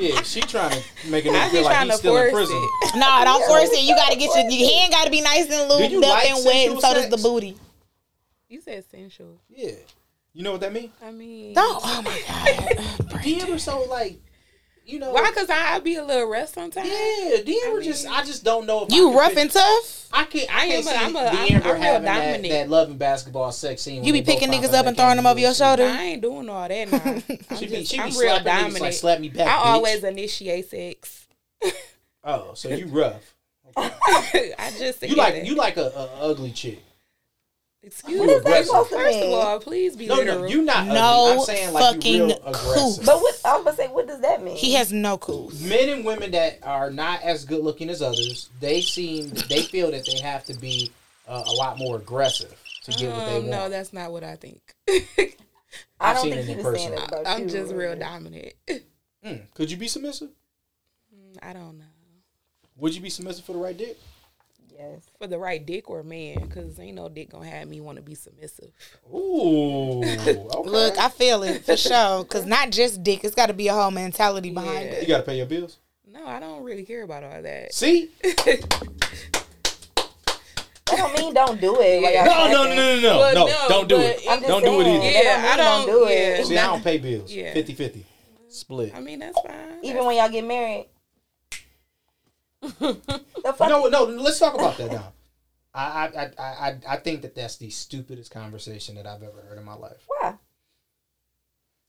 [SPEAKER 2] yeah, she trying to make a
[SPEAKER 5] I
[SPEAKER 2] nigga
[SPEAKER 5] be
[SPEAKER 2] feel like
[SPEAKER 5] trying
[SPEAKER 2] he's
[SPEAKER 5] to
[SPEAKER 2] still in
[SPEAKER 5] force
[SPEAKER 2] prison.
[SPEAKER 5] it.
[SPEAKER 3] No, don't force it. You gotta get your, your hand gotta be nice and
[SPEAKER 2] Do you
[SPEAKER 3] lubed up
[SPEAKER 2] like
[SPEAKER 3] and wet and so
[SPEAKER 2] sensual
[SPEAKER 3] does the
[SPEAKER 2] sex?
[SPEAKER 3] booty.
[SPEAKER 5] You said sensual.
[SPEAKER 2] Yeah, you know what that mean?
[SPEAKER 5] I mean,
[SPEAKER 3] Don't oh my god.
[SPEAKER 2] DM were so like, you know,
[SPEAKER 5] why? Cause I, I be a little rough sometimes.
[SPEAKER 2] yeah, DM were just. I just don't know if I
[SPEAKER 3] You
[SPEAKER 2] can
[SPEAKER 3] rough
[SPEAKER 2] picture-
[SPEAKER 3] and tough?
[SPEAKER 2] I can't. I
[SPEAKER 5] I
[SPEAKER 2] can't
[SPEAKER 5] am,
[SPEAKER 2] see
[SPEAKER 5] but I'm a-
[SPEAKER 2] the
[SPEAKER 5] I'm-
[SPEAKER 2] Amber
[SPEAKER 5] I'm real
[SPEAKER 2] having that,
[SPEAKER 5] dominant.
[SPEAKER 2] that loving basketball sex scene. when
[SPEAKER 3] You be
[SPEAKER 2] they both
[SPEAKER 3] picking
[SPEAKER 2] pop
[SPEAKER 3] niggas up
[SPEAKER 2] they
[SPEAKER 3] and throwing
[SPEAKER 2] can't
[SPEAKER 3] them over
[SPEAKER 2] do
[SPEAKER 3] your
[SPEAKER 2] shit.
[SPEAKER 3] shoulder?
[SPEAKER 5] I ain't doing all that now. I'm,
[SPEAKER 2] She be,
[SPEAKER 5] just,
[SPEAKER 2] she be
[SPEAKER 5] I'm real
[SPEAKER 2] slapping niggas like
[SPEAKER 5] dominant.
[SPEAKER 2] slap me back.
[SPEAKER 5] I
[SPEAKER 2] bitch."
[SPEAKER 5] always initiate sex.
[SPEAKER 2] Oh, so you rough.
[SPEAKER 5] I just
[SPEAKER 2] You like you like a, a ugly chick.
[SPEAKER 5] Excuse
[SPEAKER 2] What
[SPEAKER 5] me.
[SPEAKER 2] is that supposed
[SPEAKER 6] to
[SPEAKER 5] First of
[SPEAKER 6] mean?
[SPEAKER 5] all, please be
[SPEAKER 2] No,
[SPEAKER 5] literal.
[SPEAKER 2] no, you not.
[SPEAKER 3] No
[SPEAKER 2] ugly. I'm saying like you real
[SPEAKER 3] fucking
[SPEAKER 2] aggressive.
[SPEAKER 6] but what I'm gonna say, what does that mean?
[SPEAKER 3] He has no cool.
[SPEAKER 2] men and women that are not as good looking as others, they seem they feel that they have to be uh, a lot more aggressive to get what they
[SPEAKER 5] um,
[SPEAKER 2] want.
[SPEAKER 5] no, that's not what I think.
[SPEAKER 6] I
[SPEAKER 2] I've
[SPEAKER 6] don't
[SPEAKER 2] seen
[SPEAKER 6] think
[SPEAKER 2] it
[SPEAKER 6] he
[SPEAKER 2] in
[SPEAKER 6] was saying
[SPEAKER 2] person.
[SPEAKER 6] that about you.
[SPEAKER 5] I'm just real dominant.
[SPEAKER 2] Mm, Could you be submissive?
[SPEAKER 5] I don't know.
[SPEAKER 2] Would you be submissive for the right dick?
[SPEAKER 6] Yes.
[SPEAKER 5] For the right dick or man, because ain't no dick gonna have me want to be submissive.
[SPEAKER 2] Ooh, okay.
[SPEAKER 3] Look, I feel it for sure. Cause not just dick, it's got to be a whole mentality behind
[SPEAKER 5] Yeah.
[SPEAKER 3] it.
[SPEAKER 2] you gotta pay your bills.
[SPEAKER 5] No, I don't really care about all that.
[SPEAKER 2] See?
[SPEAKER 6] That don't mean don't do it. Like,
[SPEAKER 5] Yeah.
[SPEAKER 6] I'm
[SPEAKER 2] No, Oh, no, no,
[SPEAKER 6] saying.
[SPEAKER 2] no, no,
[SPEAKER 5] Well,
[SPEAKER 2] no,
[SPEAKER 5] no,
[SPEAKER 2] Don't do
[SPEAKER 5] but
[SPEAKER 2] it.
[SPEAKER 5] I'm
[SPEAKER 6] just
[SPEAKER 2] Don't do it
[SPEAKER 6] saying.
[SPEAKER 2] either.
[SPEAKER 6] Yeah,
[SPEAKER 5] Yeah, I
[SPEAKER 6] that don't
[SPEAKER 5] don't.
[SPEAKER 6] mean don't do it.
[SPEAKER 5] yeah.
[SPEAKER 2] See, I don't pay bills.
[SPEAKER 5] Yeah.
[SPEAKER 2] 50-50. Split.
[SPEAKER 5] I mean, that's fine.
[SPEAKER 6] Even when y'all get married. the fuck?
[SPEAKER 2] No, no. Let's talk about that now. I, I, I, I, I think that that's the stupidest conversation that I've ever heard in my life.
[SPEAKER 6] Why?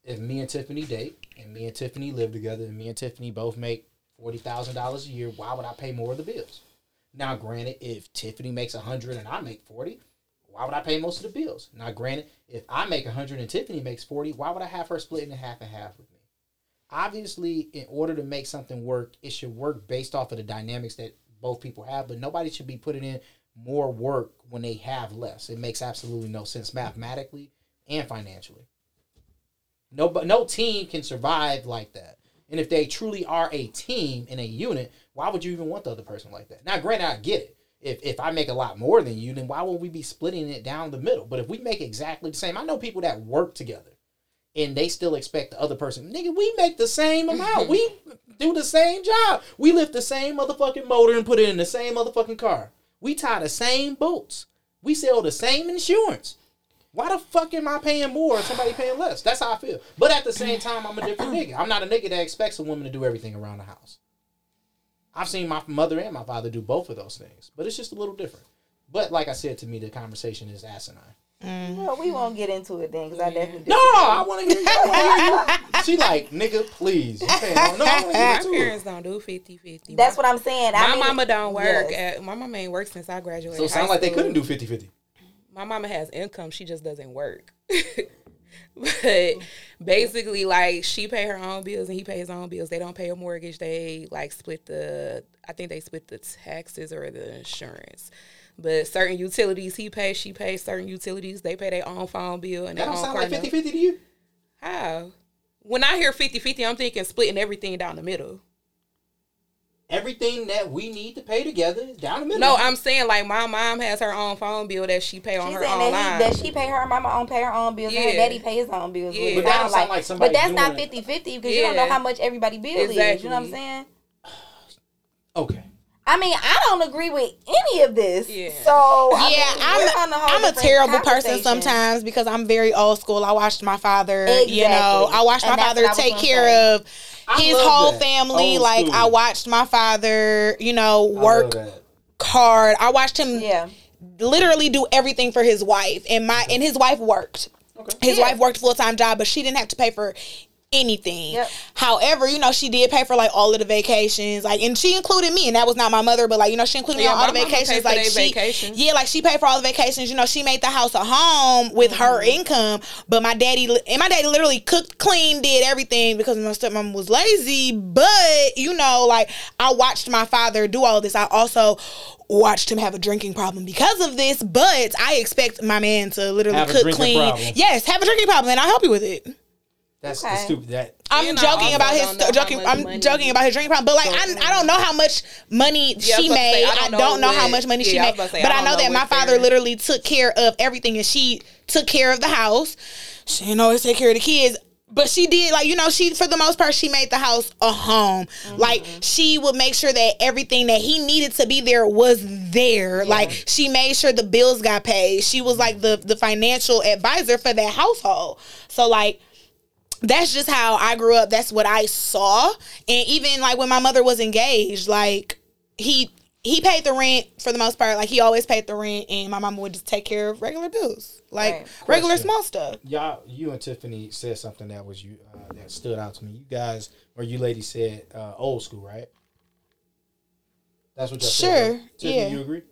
[SPEAKER 2] If me and Tiffany date, and me and Tiffany live together, and me and Tiffany both make forty thousand dollars a year, why would I pay more of the bills? Now, granted, if Tiffany makes a hundred and I make forty, why would I pay most of the bills? Now, granted, if I make a hundred and Tiffany makes forty, why would I have her splitting it half and half with me? obviously in order to make something work it should work based off of the dynamics that both people have but nobody should be putting in more work when they have less it makes absolutely no sense mathematically and financially no but no team can survive like that and if they truly are a team and a unit why would you even want the other person like that now granted i get it if, if I make a lot more than you, then why would we be splitting it down the middle? But if we make exactly the same, I know people that work together and they still expect the other person. Nigga, we make the same amount. we do the same job. We lift the same motherfucking motor and put it in the same motherfucking car. We tie the same bolts. We sell the same insurance. Why the fuck am I paying more and somebody paying less? That's how I feel. But at the same time, I'm a different nigga. I'm not a nigga that expects a woman to do everything around the house. I've seen my mother and my father do both of those things, but it's just a little different. But like I said to me, the conversation is asinine.
[SPEAKER 6] Well,
[SPEAKER 5] Mm-hmm.
[SPEAKER 6] we won't get into it then, because I definitely
[SPEAKER 2] No, I want to hear you. I wanna hear you. she like, nigga, please. You can't- No, I want to
[SPEAKER 5] my
[SPEAKER 2] hear it too.
[SPEAKER 5] parents don't do 50 50.
[SPEAKER 6] That's what I'm saying.
[SPEAKER 5] my
[SPEAKER 6] I mean,
[SPEAKER 5] mama don't work.
[SPEAKER 6] yes.
[SPEAKER 5] Uh, my mama ain't worked since I graduated.
[SPEAKER 2] So it
[SPEAKER 5] high
[SPEAKER 2] sounds like they
[SPEAKER 5] school.
[SPEAKER 2] couldn't do 50 50.
[SPEAKER 5] my mama has income she just doesn't work but basically like she pay her own bills and he pay his own bills they don't pay a mortgage they like split the i think they split the taxes or the insurance But certain utilities he pays, she pays certain utilities. They pay their own phone bill and
[SPEAKER 2] That
[SPEAKER 5] their
[SPEAKER 2] don't
[SPEAKER 5] own
[SPEAKER 2] sound
[SPEAKER 5] car
[SPEAKER 2] like
[SPEAKER 5] note.
[SPEAKER 2] 50 50 to you?
[SPEAKER 5] How? When I hear 50 50, I'm thinking splitting everything down the middle.
[SPEAKER 2] Everything that we need to pay together is down the middle.
[SPEAKER 5] No, I'm saying like my mom has her own phone bill that she pay on
[SPEAKER 6] She's
[SPEAKER 5] her
[SPEAKER 6] saying
[SPEAKER 5] own
[SPEAKER 6] that,
[SPEAKER 5] line.
[SPEAKER 6] he, that she pay her mama own pay her own bills and her
[SPEAKER 5] Yeah.
[SPEAKER 6] daddy pay his own bills.
[SPEAKER 5] Yeah.
[SPEAKER 6] which
[SPEAKER 5] But that
[SPEAKER 6] sound
[SPEAKER 2] don't sound like somebody
[SPEAKER 6] But that's not
[SPEAKER 2] doing it.
[SPEAKER 6] 50 50 because you don't
[SPEAKER 5] Yeah.
[SPEAKER 6] know how much everybody bill is. You know what I'm
[SPEAKER 5] Exactly.
[SPEAKER 6] saying?
[SPEAKER 2] okay.
[SPEAKER 6] I mean, I don't agree with any of this.
[SPEAKER 5] Yeah.
[SPEAKER 6] So I
[SPEAKER 3] Yeah,
[SPEAKER 6] mean,
[SPEAKER 3] I'm,
[SPEAKER 6] we're on a whole
[SPEAKER 3] I'm a
[SPEAKER 6] different
[SPEAKER 3] terrible person
[SPEAKER 6] conversation.
[SPEAKER 3] sometimes because I'm very old school. I watched my father, you know,
[SPEAKER 6] Exactly.
[SPEAKER 3] I watched
[SPEAKER 6] And
[SPEAKER 3] my
[SPEAKER 6] that's
[SPEAKER 3] father
[SPEAKER 6] what I was
[SPEAKER 3] take
[SPEAKER 6] gonna
[SPEAKER 3] care
[SPEAKER 6] say.
[SPEAKER 3] of
[SPEAKER 2] I
[SPEAKER 3] his
[SPEAKER 2] love
[SPEAKER 3] whole
[SPEAKER 2] that.
[SPEAKER 3] family.
[SPEAKER 2] Old
[SPEAKER 3] like
[SPEAKER 2] school.
[SPEAKER 3] I watched my father, you know,
[SPEAKER 2] I
[SPEAKER 3] work
[SPEAKER 2] love that.
[SPEAKER 3] hard. I watched him
[SPEAKER 6] Yeah.
[SPEAKER 3] literally do everything for his wife and my and his wife worked his wife worked full-time job but she didn't have to pay for anything
[SPEAKER 6] Yep.
[SPEAKER 3] however you know she did pay for like all of the vacations like and she included me and that was not my mother but like you know she included me
[SPEAKER 5] Yeah,
[SPEAKER 3] on all
[SPEAKER 5] my
[SPEAKER 3] the
[SPEAKER 5] mama paid
[SPEAKER 3] vacations
[SPEAKER 5] for
[SPEAKER 3] like
[SPEAKER 5] they
[SPEAKER 3] she
[SPEAKER 5] vacations.
[SPEAKER 3] yeah like she paid for all the vacations you know she made the house a home with her
[SPEAKER 5] Mm-hmm.
[SPEAKER 3] income but my daddy li- and my daddy literally cooked clean did everything because my stepmom was lazy but you know like I watched my father do all this I also watched him have a drinking problem because of this but I expect my man to literally
[SPEAKER 2] Have a
[SPEAKER 3] cook
[SPEAKER 2] drinking
[SPEAKER 3] clean
[SPEAKER 2] problem.
[SPEAKER 3] yes have a drinking problem and I'll help you with it
[SPEAKER 2] That's
[SPEAKER 6] Okay.
[SPEAKER 2] the stupid. That
[SPEAKER 3] I'm
[SPEAKER 5] And I
[SPEAKER 3] joking
[SPEAKER 5] also
[SPEAKER 3] about his
[SPEAKER 5] don't know how
[SPEAKER 3] joking.
[SPEAKER 5] much
[SPEAKER 3] I'm
[SPEAKER 5] money-
[SPEAKER 3] joking about his drinking problem, but like I, I don't know how much money
[SPEAKER 5] I was
[SPEAKER 3] she
[SPEAKER 5] about to
[SPEAKER 3] made.
[SPEAKER 5] say,
[SPEAKER 3] I don't know, how
[SPEAKER 5] what-
[SPEAKER 3] much money she
[SPEAKER 5] yeah, I
[SPEAKER 3] made,
[SPEAKER 5] was about to say,
[SPEAKER 3] but
[SPEAKER 5] I
[SPEAKER 3] I,
[SPEAKER 5] don't
[SPEAKER 3] know
[SPEAKER 5] know
[SPEAKER 3] that my
[SPEAKER 5] what
[SPEAKER 3] father
[SPEAKER 5] their-
[SPEAKER 3] literally took care of everything, and she took care of the house. She didn't always take care of the kids. But she did, like, you know, she, for the most part, she made the house a home.
[SPEAKER 5] Mm-hmm.
[SPEAKER 3] Like, she would make sure that everything that he needed to be there was there. Like, she made sure the bills got paid. She was, like, the, the financial advisor for that household. So, like, that's just how I grew up. That's what I saw. And even like when my mother was engaged, like he he paid the rent for the most part. Like he always paid the rent and my mama would just take care of regular bills. Like
[SPEAKER 6] Right.
[SPEAKER 3] regular
[SPEAKER 2] Question.
[SPEAKER 3] small stuff.
[SPEAKER 2] y'all, you and Tiffany said something that was you uh, that stood out to me. You guys or you ladies said uh, old school, right? That's what y'all said.
[SPEAKER 3] Sure,
[SPEAKER 2] right? Tiffany,
[SPEAKER 3] yeah.
[SPEAKER 2] you agree?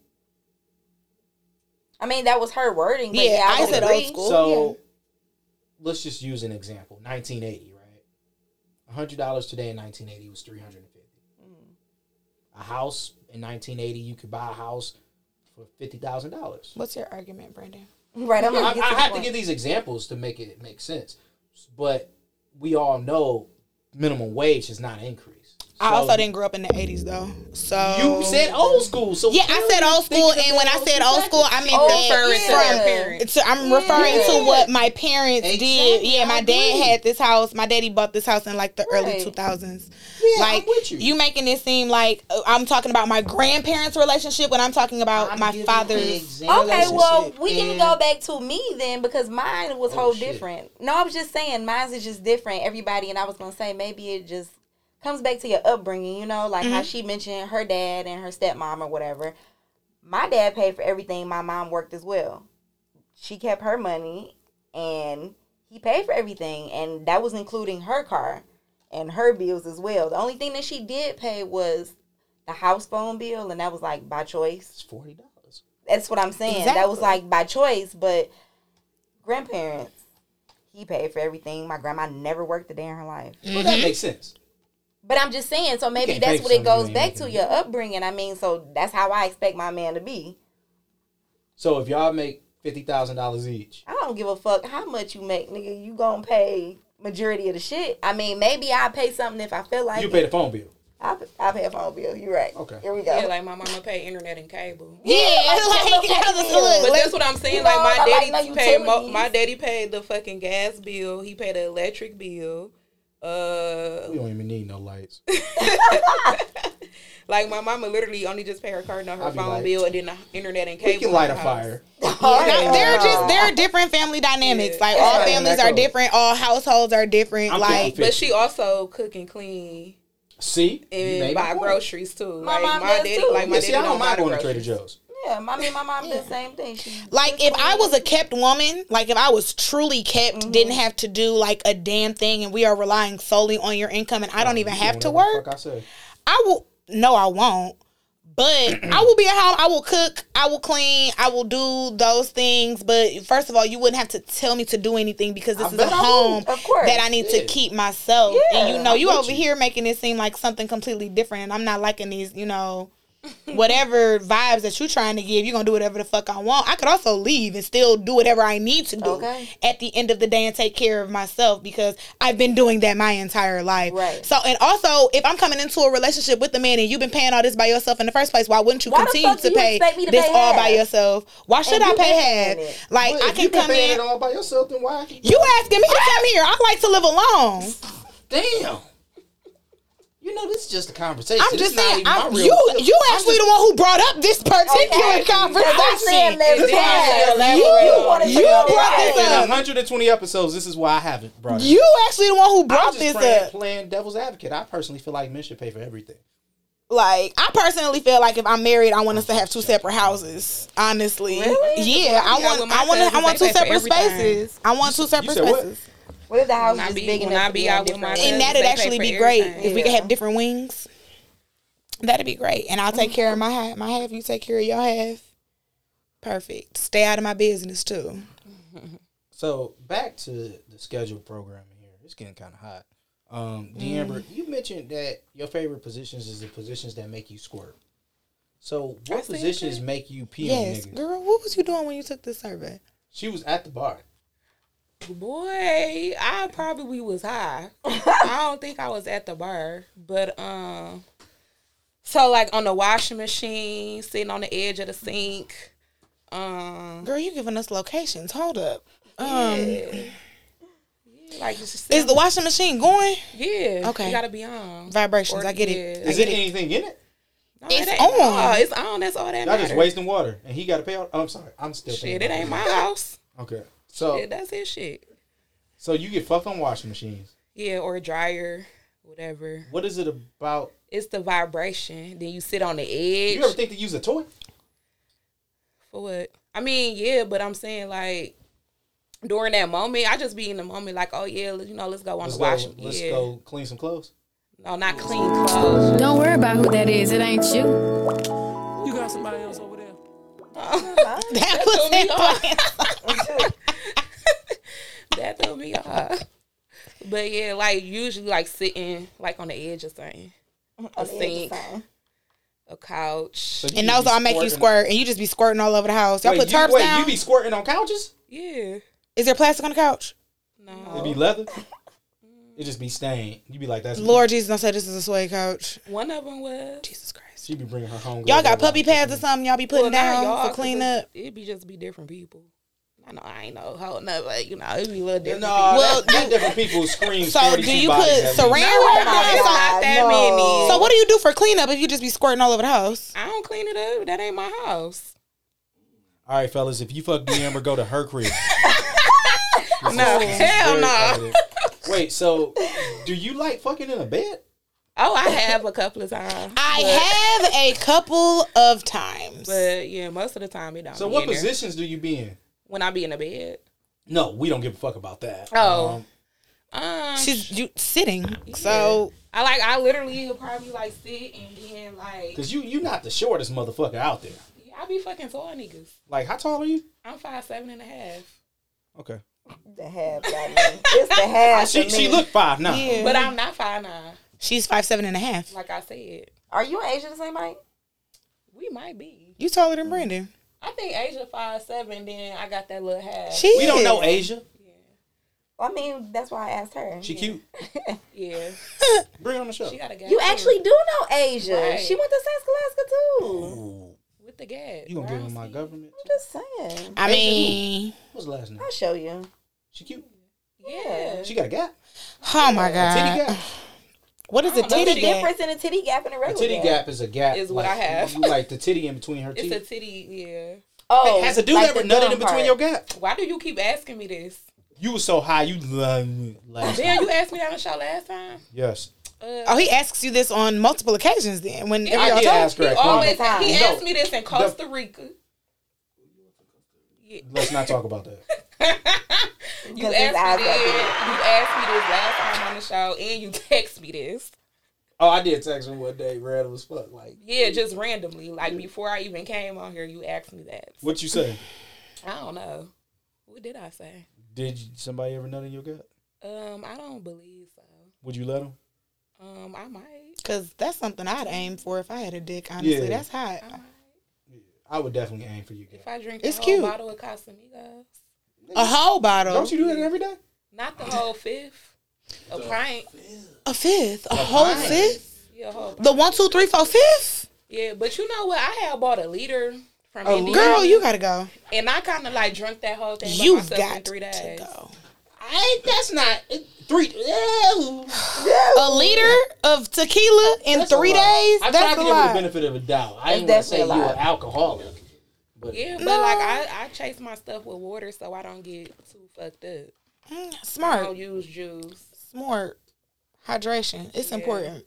[SPEAKER 6] I mean, that was her wording. But
[SPEAKER 3] Yeah,
[SPEAKER 6] yeah,
[SPEAKER 3] I
[SPEAKER 6] would
[SPEAKER 3] said
[SPEAKER 6] agree.
[SPEAKER 3] old school.
[SPEAKER 2] So let's just use an example. 1980, right? $100 today in 1980 was 350.
[SPEAKER 3] Mm.
[SPEAKER 2] A house in 1980, you could buy a house for $50,000.
[SPEAKER 3] What's your argument, Brandon?
[SPEAKER 6] Right, I'm
[SPEAKER 2] I,
[SPEAKER 6] gonna get
[SPEAKER 2] I
[SPEAKER 6] to the
[SPEAKER 2] have to
[SPEAKER 6] point.
[SPEAKER 2] give these examples to make it make sense. But we all know minimum wage is not increased.
[SPEAKER 3] I
[SPEAKER 2] So
[SPEAKER 3] also didn't grow up in the eighties though. So
[SPEAKER 2] You said old school, so
[SPEAKER 3] Yeah, I said old school and when I said old school I meant
[SPEAKER 6] Old
[SPEAKER 3] that
[SPEAKER 5] Oh, Referring to
[SPEAKER 3] from
[SPEAKER 5] their parents.
[SPEAKER 3] So I'm referring to what my parents did.
[SPEAKER 2] Exactly,
[SPEAKER 3] Yeah, my
[SPEAKER 2] I
[SPEAKER 3] dad
[SPEAKER 2] agree.
[SPEAKER 3] had this house. My daddy bought this house in like the early
[SPEAKER 6] Right.
[SPEAKER 3] 2000s.
[SPEAKER 2] Yeah, I'm
[SPEAKER 3] like
[SPEAKER 2] with you.
[SPEAKER 3] making it seem like uh, I'm talking about my grandparents' relationship when I'm talking about
[SPEAKER 2] I'm
[SPEAKER 3] my
[SPEAKER 2] giving an
[SPEAKER 3] father's.
[SPEAKER 2] example.
[SPEAKER 6] Okay, well, we
[SPEAKER 2] And-
[SPEAKER 6] can go back to me then because mine was
[SPEAKER 2] Oh,
[SPEAKER 6] whole
[SPEAKER 2] shit.
[SPEAKER 6] different. No, I was just saying mine's is just different. Everybody, and I was gonna say maybe it just comes back to your upbringing. You know, like
[SPEAKER 2] Mm-hmm.
[SPEAKER 6] how she mentioned her dad and her stepmom or whatever. My dad paid for everything. My mom worked as well. She kept her money, and he paid for everything, and that was including her car and her bills as well. The only thing that she did pay was the house phone bill, and that was like by choice.
[SPEAKER 2] It's forty dollars.
[SPEAKER 6] That's what I'm saying. That was
[SPEAKER 3] Exactly.
[SPEAKER 6] like by choice, but grandparents, he paid for everything. My grandma never worked a day in her life.
[SPEAKER 2] Well, that makes sense.
[SPEAKER 6] But I'm just saying, so maybe
[SPEAKER 2] can't
[SPEAKER 6] that's
[SPEAKER 2] pay
[SPEAKER 6] what it
[SPEAKER 2] something Mm. you
[SPEAKER 6] goes
[SPEAKER 2] ain't
[SPEAKER 6] back to
[SPEAKER 2] making.
[SPEAKER 6] your upbringing. I mean, so that's how I expect my man to be.
[SPEAKER 2] So if y'all make fifty thousand dollars each,
[SPEAKER 6] I don't give a fuck how much you make, nigga. You gonna pay majority of the shit. I mean, maybe I pay something if I feel like
[SPEAKER 2] you
[SPEAKER 6] it.
[SPEAKER 2] pay the phone bill.
[SPEAKER 6] I, I pay a phone bill. You're right.
[SPEAKER 2] Okay.
[SPEAKER 6] Here we go.
[SPEAKER 5] Yeah, like my mama paid internet and cable.
[SPEAKER 3] Yeah,
[SPEAKER 6] like,
[SPEAKER 3] like, how
[SPEAKER 6] yeah.
[SPEAKER 3] the-
[SPEAKER 5] But
[SPEAKER 3] look,
[SPEAKER 5] that's what I'm saying. Like my
[SPEAKER 6] No, like,
[SPEAKER 5] daddy
[SPEAKER 6] no
[SPEAKER 5] paid mo-
[SPEAKER 6] utilities.
[SPEAKER 5] my daddy paid the fucking gas bill. He paid the electric bill. Uh,
[SPEAKER 2] We don't even need no lights.
[SPEAKER 5] like my mama literally only just paid her card and her
[SPEAKER 2] I'll be
[SPEAKER 5] phone
[SPEAKER 2] like,
[SPEAKER 5] bill and then the internet and cable.
[SPEAKER 2] We can
[SPEAKER 5] in
[SPEAKER 2] light
[SPEAKER 5] the
[SPEAKER 2] a
[SPEAKER 5] house.
[SPEAKER 2] fire.
[SPEAKER 3] Now, there are just there are different family dynamics.
[SPEAKER 5] Yeah.
[SPEAKER 3] Like all
[SPEAKER 2] Yeah.
[SPEAKER 3] families
[SPEAKER 2] Echo.
[SPEAKER 3] are different, all households are different.
[SPEAKER 2] I'm
[SPEAKER 3] like
[SPEAKER 2] thinking
[SPEAKER 5] But she also cook and clean
[SPEAKER 2] See, You
[SPEAKER 5] and
[SPEAKER 2] made my
[SPEAKER 5] buy
[SPEAKER 2] point.
[SPEAKER 5] groceries too.
[SPEAKER 6] My
[SPEAKER 5] like
[SPEAKER 6] mom
[SPEAKER 5] my
[SPEAKER 6] does
[SPEAKER 5] daddy,
[SPEAKER 6] too.
[SPEAKER 5] like my
[SPEAKER 2] Yeah,
[SPEAKER 5] daddy
[SPEAKER 2] see, I don't mind
[SPEAKER 5] buy
[SPEAKER 2] going
[SPEAKER 5] the
[SPEAKER 2] to Trader
[SPEAKER 5] groceries.
[SPEAKER 2] Joe's.
[SPEAKER 6] Yeah, mommy and my mom did the same thing. She
[SPEAKER 3] Like if I was a kept woman, like if I was truly kept,
[SPEAKER 2] Mm-hmm.
[SPEAKER 3] didn't have to do like a damn thing, and we are relying solely on your income, and I don't even
[SPEAKER 2] You
[SPEAKER 3] have
[SPEAKER 2] doing
[SPEAKER 3] to
[SPEAKER 2] whatever the
[SPEAKER 3] work.
[SPEAKER 2] Fuck I say.
[SPEAKER 3] I will. No, I won't. But I will be at home. I will cook. I will clean. I will do those things. But first of all, you wouldn't have to tell me to do anything because this
[SPEAKER 2] I
[SPEAKER 3] is a
[SPEAKER 2] bet I
[SPEAKER 3] home
[SPEAKER 2] won't.
[SPEAKER 6] Of course.
[SPEAKER 3] that I need to
[SPEAKER 2] Yeah.
[SPEAKER 3] keep myself. and you
[SPEAKER 6] Yeah,
[SPEAKER 3] know,
[SPEAKER 2] I
[SPEAKER 3] you
[SPEAKER 2] get
[SPEAKER 3] over
[SPEAKER 2] you.
[SPEAKER 3] here making it seem like something completely different, and I'm not liking these. You know, whatever vibes that you're trying to give, you're gonna do whatever the fuck I want. I could also leave and still do whatever I need to do
[SPEAKER 6] Okay.
[SPEAKER 3] at the end of the day and take care of myself because I've been doing that my entire life.
[SPEAKER 6] Right.
[SPEAKER 3] So and also if I'm coming into a relationship with a man and you've been paying all this by yourself in the first place, why wouldn't you
[SPEAKER 6] Why the
[SPEAKER 3] continue
[SPEAKER 6] fuck
[SPEAKER 3] to
[SPEAKER 6] do you
[SPEAKER 3] pay
[SPEAKER 6] expect me to
[SPEAKER 3] this
[SPEAKER 6] pay
[SPEAKER 3] all by
[SPEAKER 6] half?
[SPEAKER 3] yourself? Why should
[SPEAKER 6] And
[SPEAKER 3] I
[SPEAKER 6] you
[SPEAKER 3] pay
[SPEAKER 6] been
[SPEAKER 3] half?
[SPEAKER 6] paying it.
[SPEAKER 3] Like
[SPEAKER 2] But
[SPEAKER 3] I
[SPEAKER 2] if you
[SPEAKER 3] can come
[SPEAKER 2] paying it
[SPEAKER 3] in.
[SPEAKER 2] all by yourself, then why?
[SPEAKER 3] You asking me to come here? I like to live alone.
[SPEAKER 2] Damn. You know, this is just a conversation.
[SPEAKER 3] I'm
[SPEAKER 2] This
[SPEAKER 3] just
[SPEAKER 2] is not
[SPEAKER 3] saying,
[SPEAKER 2] even my
[SPEAKER 3] I'm,
[SPEAKER 2] real
[SPEAKER 3] you
[SPEAKER 2] feelings.
[SPEAKER 3] you
[SPEAKER 2] I'm
[SPEAKER 3] actually
[SPEAKER 2] just-
[SPEAKER 3] the one who brought up this particular
[SPEAKER 6] Okay.
[SPEAKER 3] conversation.
[SPEAKER 6] Let's
[SPEAKER 5] It's
[SPEAKER 6] have
[SPEAKER 5] not
[SPEAKER 6] it.
[SPEAKER 5] You-
[SPEAKER 6] You wanted to
[SPEAKER 3] you
[SPEAKER 6] go
[SPEAKER 3] brought this
[SPEAKER 6] there.
[SPEAKER 3] up.
[SPEAKER 2] In 120 episodes, this is why I haven't brought it. up.
[SPEAKER 3] You actually the one who
[SPEAKER 2] I'm
[SPEAKER 3] brought
[SPEAKER 2] just
[SPEAKER 3] this
[SPEAKER 2] playing,
[SPEAKER 3] up.
[SPEAKER 2] playing devil's advocate. I personally feel like men should pay for everything.
[SPEAKER 3] Like, I personally feel like if I'm married, I want us to have two separate houses. Honestly,
[SPEAKER 6] Really?
[SPEAKER 3] yeah, I
[SPEAKER 5] Yeah,
[SPEAKER 3] want,
[SPEAKER 5] with my
[SPEAKER 3] I want, I
[SPEAKER 5] cousins,
[SPEAKER 3] want
[SPEAKER 5] they
[SPEAKER 3] two
[SPEAKER 5] pay for
[SPEAKER 3] separate
[SPEAKER 5] everything.
[SPEAKER 3] spaces. I want two separate
[SPEAKER 2] said what?
[SPEAKER 3] spaces,
[SPEAKER 6] What if the house
[SPEAKER 5] When
[SPEAKER 6] is
[SPEAKER 5] I
[SPEAKER 6] just
[SPEAKER 5] be-
[SPEAKER 6] big
[SPEAKER 5] when
[SPEAKER 6] enough
[SPEAKER 5] I
[SPEAKER 6] to
[SPEAKER 5] be
[SPEAKER 6] be
[SPEAKER 5] out
[SPEAKER 6] in
[SPEAKER 5] with my
[SPEAKER 6] different-
[SPEAKER 5] cousins,
[SPEAKER 3] and that'd
[SPEAKER 5] they pay
[SPEAKER 3] actually
[SPEAKER 5] for
[SPEAKER 3] be great
[SPEAKER 5] everything.
[SPEAKER 3] if we could
[SPEAKER 6] Yeah.
[SPEAKER 3] have different wings. That'd be great, and I'll take care of my half. My half, you take care of your half. Perfect. Stay out of my business too.
[SPEAKER 2] So back to the schedule programming here. It's getting kind of hot. Um,
[SPEAKER 3] Mm.
[SPEAKER 2] D'Amber, you mentioned that your favorite positions is the positions that make you squirt. So what positions make you pee
[SPEAKER 3] Yes,
[SPEAKER 2] on niggas?
[SPEAKER 3] girl, what was you doing when you took this survey?
[SPEAKER 2] She was at the bar.
[SPEAKER 5] Boy, I probably was high. I don't think I was at the bar, but um, so like on the washing machine, sitting on the edge of the sink. Um,
[SPEAKER 3] Girl, you giving us locations. Hold up. Um,
[SPEAKER 5] like just
[SPEAKER 3] is the washing machine going?
[SPEAKER 5] yeah.
[SPEAKER 3] Okay.
[SPEAKER 5] you gotta be on
[SPEAKER 3] Vibrations.
[SPEAKER 5] Or-
[SPEAKER 3] I get
[SPEAKER 5] yeah.
[SPEAKER 3] it.
[SPEAKER 2] Is it anything in it?
[SPEAKER 5] No,
[SPEAKER 3] It's
[SPEAKER 5] it ain't-
[SPEAKER 3] on.
[SPEAKER 5] no, it's on. That's all that
[SPEAKER 2] Y'all
[SPEAKER 5] matters.
[SPEAKER 2] just wasting water, and he got to pay. Out. I'm sorry, I'm still.
[SPEAKER 5] Shit, it
[SPEAKER 2] thinking
[SPEAKER 5] ain't my
[SPEAKER 2] about
[SPEAKER 5] house.
[SPEAKER 2] Okay, so
[SPEAKER 5] Yeah, that's his shit.
[SPEAKER 2] so you get fucked on washing machines.
[SPEAKER 5] Yeah, or a dryer, whatever.
[SPEAKER 2] What is it about?
[SPEAKER 5] It's the vibration. Then you sit on the edge.
[SPEAKER 2] You ever think to use a toy?
[SPEAKER 5] For what? I mean, yeah, but I'm saying like during that moment, I just be in the moment like, oh yeah, let- you know, let's go on
[SPEAKER 2] Let's
[SPEAKER 5] the wash.
[SPEAKER 2] go. Let's
[SPEAKER 5] yeah.
[SPEAKER 2] go clean some clothes.
[SPEAKER 5] No, not clean clothes.
[SPEAKER 4] Don't worry about who that is. It ain't you.
[SPEAKER 7] You got somebody else over there.
[SPEAKER 3] That was
[SPEAKER 5] me
[SPEAKER 3] it.
[SPEAKER 5] off. That threw me off. But yeah, like usually like sitting like on the edge of something. A sink, a couch.
[SPEAKER 2] So you
[SPEAKER 3] And
[SPEAKER 2] just
[SPEAKER 3] those
[SPEAKER 2] be
[SPEAKER 3] all make you
[SPEAKER 2] squirting-
[SPEAKER 3] squirt, and you just be squirting all over the house. Y'all
[SPEAKER 2] Wait,
[SPEAKER 3] put
[SPEAKER 2] you,
[SPEAKER 3] tarps
[SPEAKER 2] wait,
[SPEAKER 3] down.
[SPEAKER 2] you be squirting on couches?
[SPEAKER 5] Yeah.
[SPEAKER 3] Is there plastic on the couch?
[SPEAKER 5] No.
[SPEAKER 2] It be leather. It just be stained. You be like, that's
[SPEAKER 3] Lord Jesus, don't say this is a sway couch.
[SPEAKER 5] One of them was
[SPEAKER 3] Jesus Christ.
[SPEAKER 2] She be bringing her home.
[SPEAKER 3] Y'all got puppy pads or something? Y'all be putting
[SPEAKER 5] Well, not
[SPEAKER 3] down
[SPEAKER 5] y'all,
[SPEAKER 3] for
[SPEAKER 5] 'cause
[SPEAKER 3] clean
[SPEAKER 5] it-
[SPEAKER 3] up.
[SPEAKER 5] It be just be different people. I know I ain't no whole nother, you know, it be a little
[SPEAKER 2] No,
[SPEAKER 5] different. people.
[SPEAKER 2] well,
[SPEAKER 3] Well,
[SPEAKER 2] that, that different people scream.
[SPEAKER 3] So do you put saran
[SPEAKER 5] Oh
[SPEAKER 3] wrap
[SPEAKER 5] my
[SPEAKER 3] down? So-
[SPEAKER 5] God, that
[SPEAKER 6] no.
[SPEAKER 5] many.
[SPEAKER 3] So what do you do for cleanup if you just be squirting all over the house?
[SPEAKER 5] I don't clean it up. That ain't my house.
[SPEAKER 2] All right, fellas, if you fuck D'Amber, go to her crib.
[SPEAKER 5] No, hell
[SPEAKER 2] Very
[SPEAKER 5] no.
[SPEAKER 2] evident. Wait, so do you like fucking in a bed?
[SPEAKER 5] Oh, I have a couple of times.
[SPEAKER 3] I have a couple of times.
[SPEAKER 5] But yeah, most of the time it don't.
[SPEAKER 2] So
[SPEAKER 5] be
[SPEAKER 2] what
[SPEAKER 5] in there.
[SPEAKER 2] positions do you be in?
[SPEAKER 5] When I be in the bed.
[SPEAKER 2] No, we don't give a fuck about that.
[SPEAKER 5] Oh.
[SPEAKER 2] Um,
[SPEAKER 5] Um,
[SPEAKER 3] She's you sitting. So
[SPEAKER 5] I like. I literally would probably like sit and then like.
[SPEAKER 2] Cause you you not the shortest motherfucker out there.
[SPEAKER 5] Yeah, I be fucking tall niggas.
[SPEAKER 2] Like, how tall are you?
[SPEAKER 5] I'm five seven and a half.
[SPEAKER 2] Okay.
[SPEAKER 6] The half, got me. It's the half.
[SPEAKER 2] She
[SPEAKER 6] to
[SPEAKER 2] she
[SPEAKER 6] me.
[SPEAKER 2] look five now.
[SPEAKER 3] yeah.
[SPEAKER 5] But I'm not five nine.
[SPEAKER 3] she's five seven and a half.
[SPEAKER 5] Like I said,
[SPEAKER 6] Are you and Asia the same height?
[SPEAKER 5] we might be.
[SPEAKER 3] You taller than Brandon.
[SPEAKER 5] I think Asia five seven. Then I got that little half.
[SPEAKER 3] She
[SPEAKER 2] We don't know
[SPEAKER 3] is.
[SPEAKER 2] Asia.
[SPEAKER 6] Well, I mean, that's why I asked her.
[SPEAKER 2] She cute.
[SPEAKER 5] yeah,
[SPEAKER 2] Bring her on the show.
[SPEAKER 5] she got a gas.
[SPEAKER 6] You actually do know Asia.
[SPEAKER 5] Right.
[SPEAKER 6] She went to Saskalaska too.
[SPEAKER 2] Ooh,
[SPEAKER 5] with the gas.
[SPEAKER 2] you gonna give her
[SPEAKER 5] brown
[SPEAKER 2] my
[SPEAKER 5] skin.
[SPEAKER 2] government?
[SPEAKER 6] I'm just saying.
[SPEAKER 3] I
[SPEAKER 2] Asia who?
[SPEAKER 3] mean,
[SPEAKER 2] What's the last name?
[SPEAKER 6] I'll show you.
[SPEAKER 2] She cute.
[SPEAKER 5] Yeah.
[SPEAKER 2] She got a gap.
[SPEAKER 3] oh my
[SPEAKER 2] A titty
[SPEAKER 3] god,
[SPEAKER 2] gap.
[SPEAKER 3] what is a
[SPEAKER 5] don't know.
[SPEAKER 3] titty
[SPEAKER 6] The
[SPEAKER 3] gap?
[SPEAKER 6] difference in a titty gap and a
[SPEAKER 2] A
[SPEAKER 6] regular
[SPEAKER 2] titty gap is a gap.
[SPEAKER 5] Is what
[SPEAKER 2] like,
[SPEAKER 5] I have.
[SPEAKER 2] You like the titty in between her
[SPEAKER 5] It's a
[SPEAKER 2] teeth.
[SPEAKER 5] titty, yeah.
[SPEAKER 6] Oh,
[SPEAKER 2] Has a dude
[SPEAKER 6] like
[SPEAKER 2] ever
[SPEAKER 6] the
[SPEAKER 2] nutted
[SPEAKER 6] dumb
[SPEAKER 2] in between
[SPEAKER 6] part.
[SPEAKER 2] your gap?
[SPEAKER 5] Why do you keep asking me this?
[SPEAKER 2] You was so high, you love me last night.
[SPEAKER 5] Damn, you asked me that on the show last time.
[SPEAKER 2] Yes.
[SPEAKER 3] Oh, he asks you this on multiple occasions. Then when
[SPEAKER 5] Yeah,
[SPEAKER 2] I
[SPEAKER 3] y'all
[SPEAKER 2] did
[SPEAKER 3] talk-
[SPEAKER 2] ask her
[SPEAKER 5] He
[SPEAKER 2] at Kwame.
[SPEAKER 5] always he
[SPEAKER 6] time.
[SPEAKER 2] No.
[SPEAKER 5] asked me this in Costa Rica.
[SPEAKER 2] Let's not talk about that.
[SPEAKER 5] You
[SPEAKER 6] his
[SPEAKER 5] asked
[SPEAKER 6] eyes
[SPEAKER 5] me
[SPEAKER 6] got
[SPEAKER 5] this. You asked me this last time on the show, and you text me this.
[SPEAKER 2] Oh, I did text her one day, random as fuck. Like,
[SPEAKER 5] Yeah, just randomly, like before I even came on here, you asked me that.
[SPEAKER 2] what you say?
[SPEAKER 5] I don't know. What did I say?
[SPEAKER 2] Did you, somebody ever nut in your gut?
[SPEAKER 5] Um, I don't believe so.
[SPEAKER 2] Would you let him?
[SPEAKER 5] Um, I might.
[SPEAKER 3] Cause that's something I'd aim for if I had a dick. Honestly,
[SPEAKER 2] Yeah.
[SPEAKER 3] that's hot.
[SPEAKER 2] I would definitely aim for you. Guys.
[SPEAKER 5] If I drink
[SPEAKER 3] It's
[SPEAKER 5] a whole
[SPEAKER 3] cute.
[SPEAKER 5] bottle of Casamigos,
[SPEAKER 3] A whole bottle,
[SPEAKER 2] Don't you do that every day?
[SPEAKER 5] not the whole fifth, a pint,
[SPEAKER 3] a fifth, a whole fifth,
[SPEAKER 5] yeah, a whole pint.
[SPEAKER 3] the one, two, three, four, fifth.
[SPEAKER 5] yeah. But you know what? I had bought a liter from Indiana,
[SPEAKER 3] Oh, Girl, you gotta go.
[SPEAKER 5] and I kind of like drunk that whole thing. by
[SPEAKER 3] You
[SPEAKER 5] myself in
[SPEAKER 3] got
[SPEAKER 5] three
[SPEAKER 3] to
[SPEAKER 5] days.
[SPEAKER 3] go.
[SPEAKER 2] I, that's not it- three. ew.
[SPEAKER 3] A liter of tequila in
[SPEAKER 2] That's a
[SPEAKER 3] three
[SPEAKER 2] lot.
[SPEAKER 3] days.
[SPEAKER 2] I tried to
[SPEAKER 3] that's a
[SPEAKER 2] give you the
[SPEAKER 3] lot.
[SPEAKER 2] benefit of a doubt. I
[SPEAKER 6] It's
[SPEAKER 2] ain't gonna say
[SPEAKER 6] definitely
[SPEAKER 2] you're
[SPEAKER 6] a
[SPEAKER 2] an
[SPEAKER 6] lot.
[SPEAKER 2] alcoholic, but
[SPEAKER 5] Yeah, but like I, I chase my stuff with water so I don't get too fucked up.
[SPEAKER 3] Mm,
[SPEAKER 5] I
[SPEAKER 2] Oh,
[SPEAKER 3] Smart,
[SPEAKER 5] don't use juice.
[SPEAKER 3] smart. Hydration. It's important.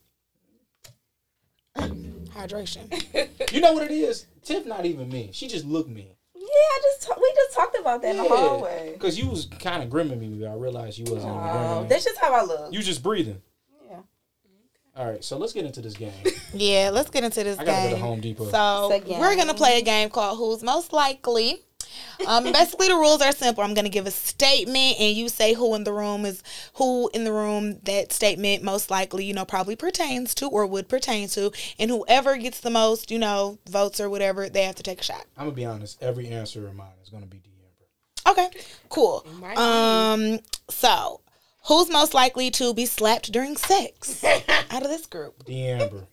[SPEAKER 3] Hydration.
[SPEAKER 2] you know what it is. Tiff not even mean. She just looked mean.
[SPEAKER 6] Yeah, I just ta- we just talked about that in the hallway.
[SPEAKER 2] Because you was kind of grimming me. I realized you wasn't even
[SPEAKER 6] Um,
[SPEAKER 2] grimming me.
[SPEAKER 6] that's just how I look.
[SPEAKER 2] Mm. You just breathing.
[SPEAKER 6] Yeah.
[SPEAKER 2] All right, so let's get into this game.
[SPEAKER 3] Yeah, let's get into this
[SPEAKER 2] I gotta
[SPEAKER 3] game.
[SPEAKER 2] go to Home Depot.
[SPEAKER 3] So
[SPEAKER 6] It's a game.
[SPEAKER 3] we're gonna play a game called Who's Most Likely. Um, basically, the rules are simple. I'm gonna give a statement, and you say who in the room is who in the room that statement most likely, you know, probably pertains to or would pertain to, and whoever gets the most, you know, votes or whatever, they have to take a shot.
[SPEAKER 2] I'm gonna be honest. Every answer of mine is gonna be D. Amber.
[SPEAKER 3] Okay, cool. Um, so who's most likely to be slapped during sex out of this group?
[SPEAKER 2] D. Amber.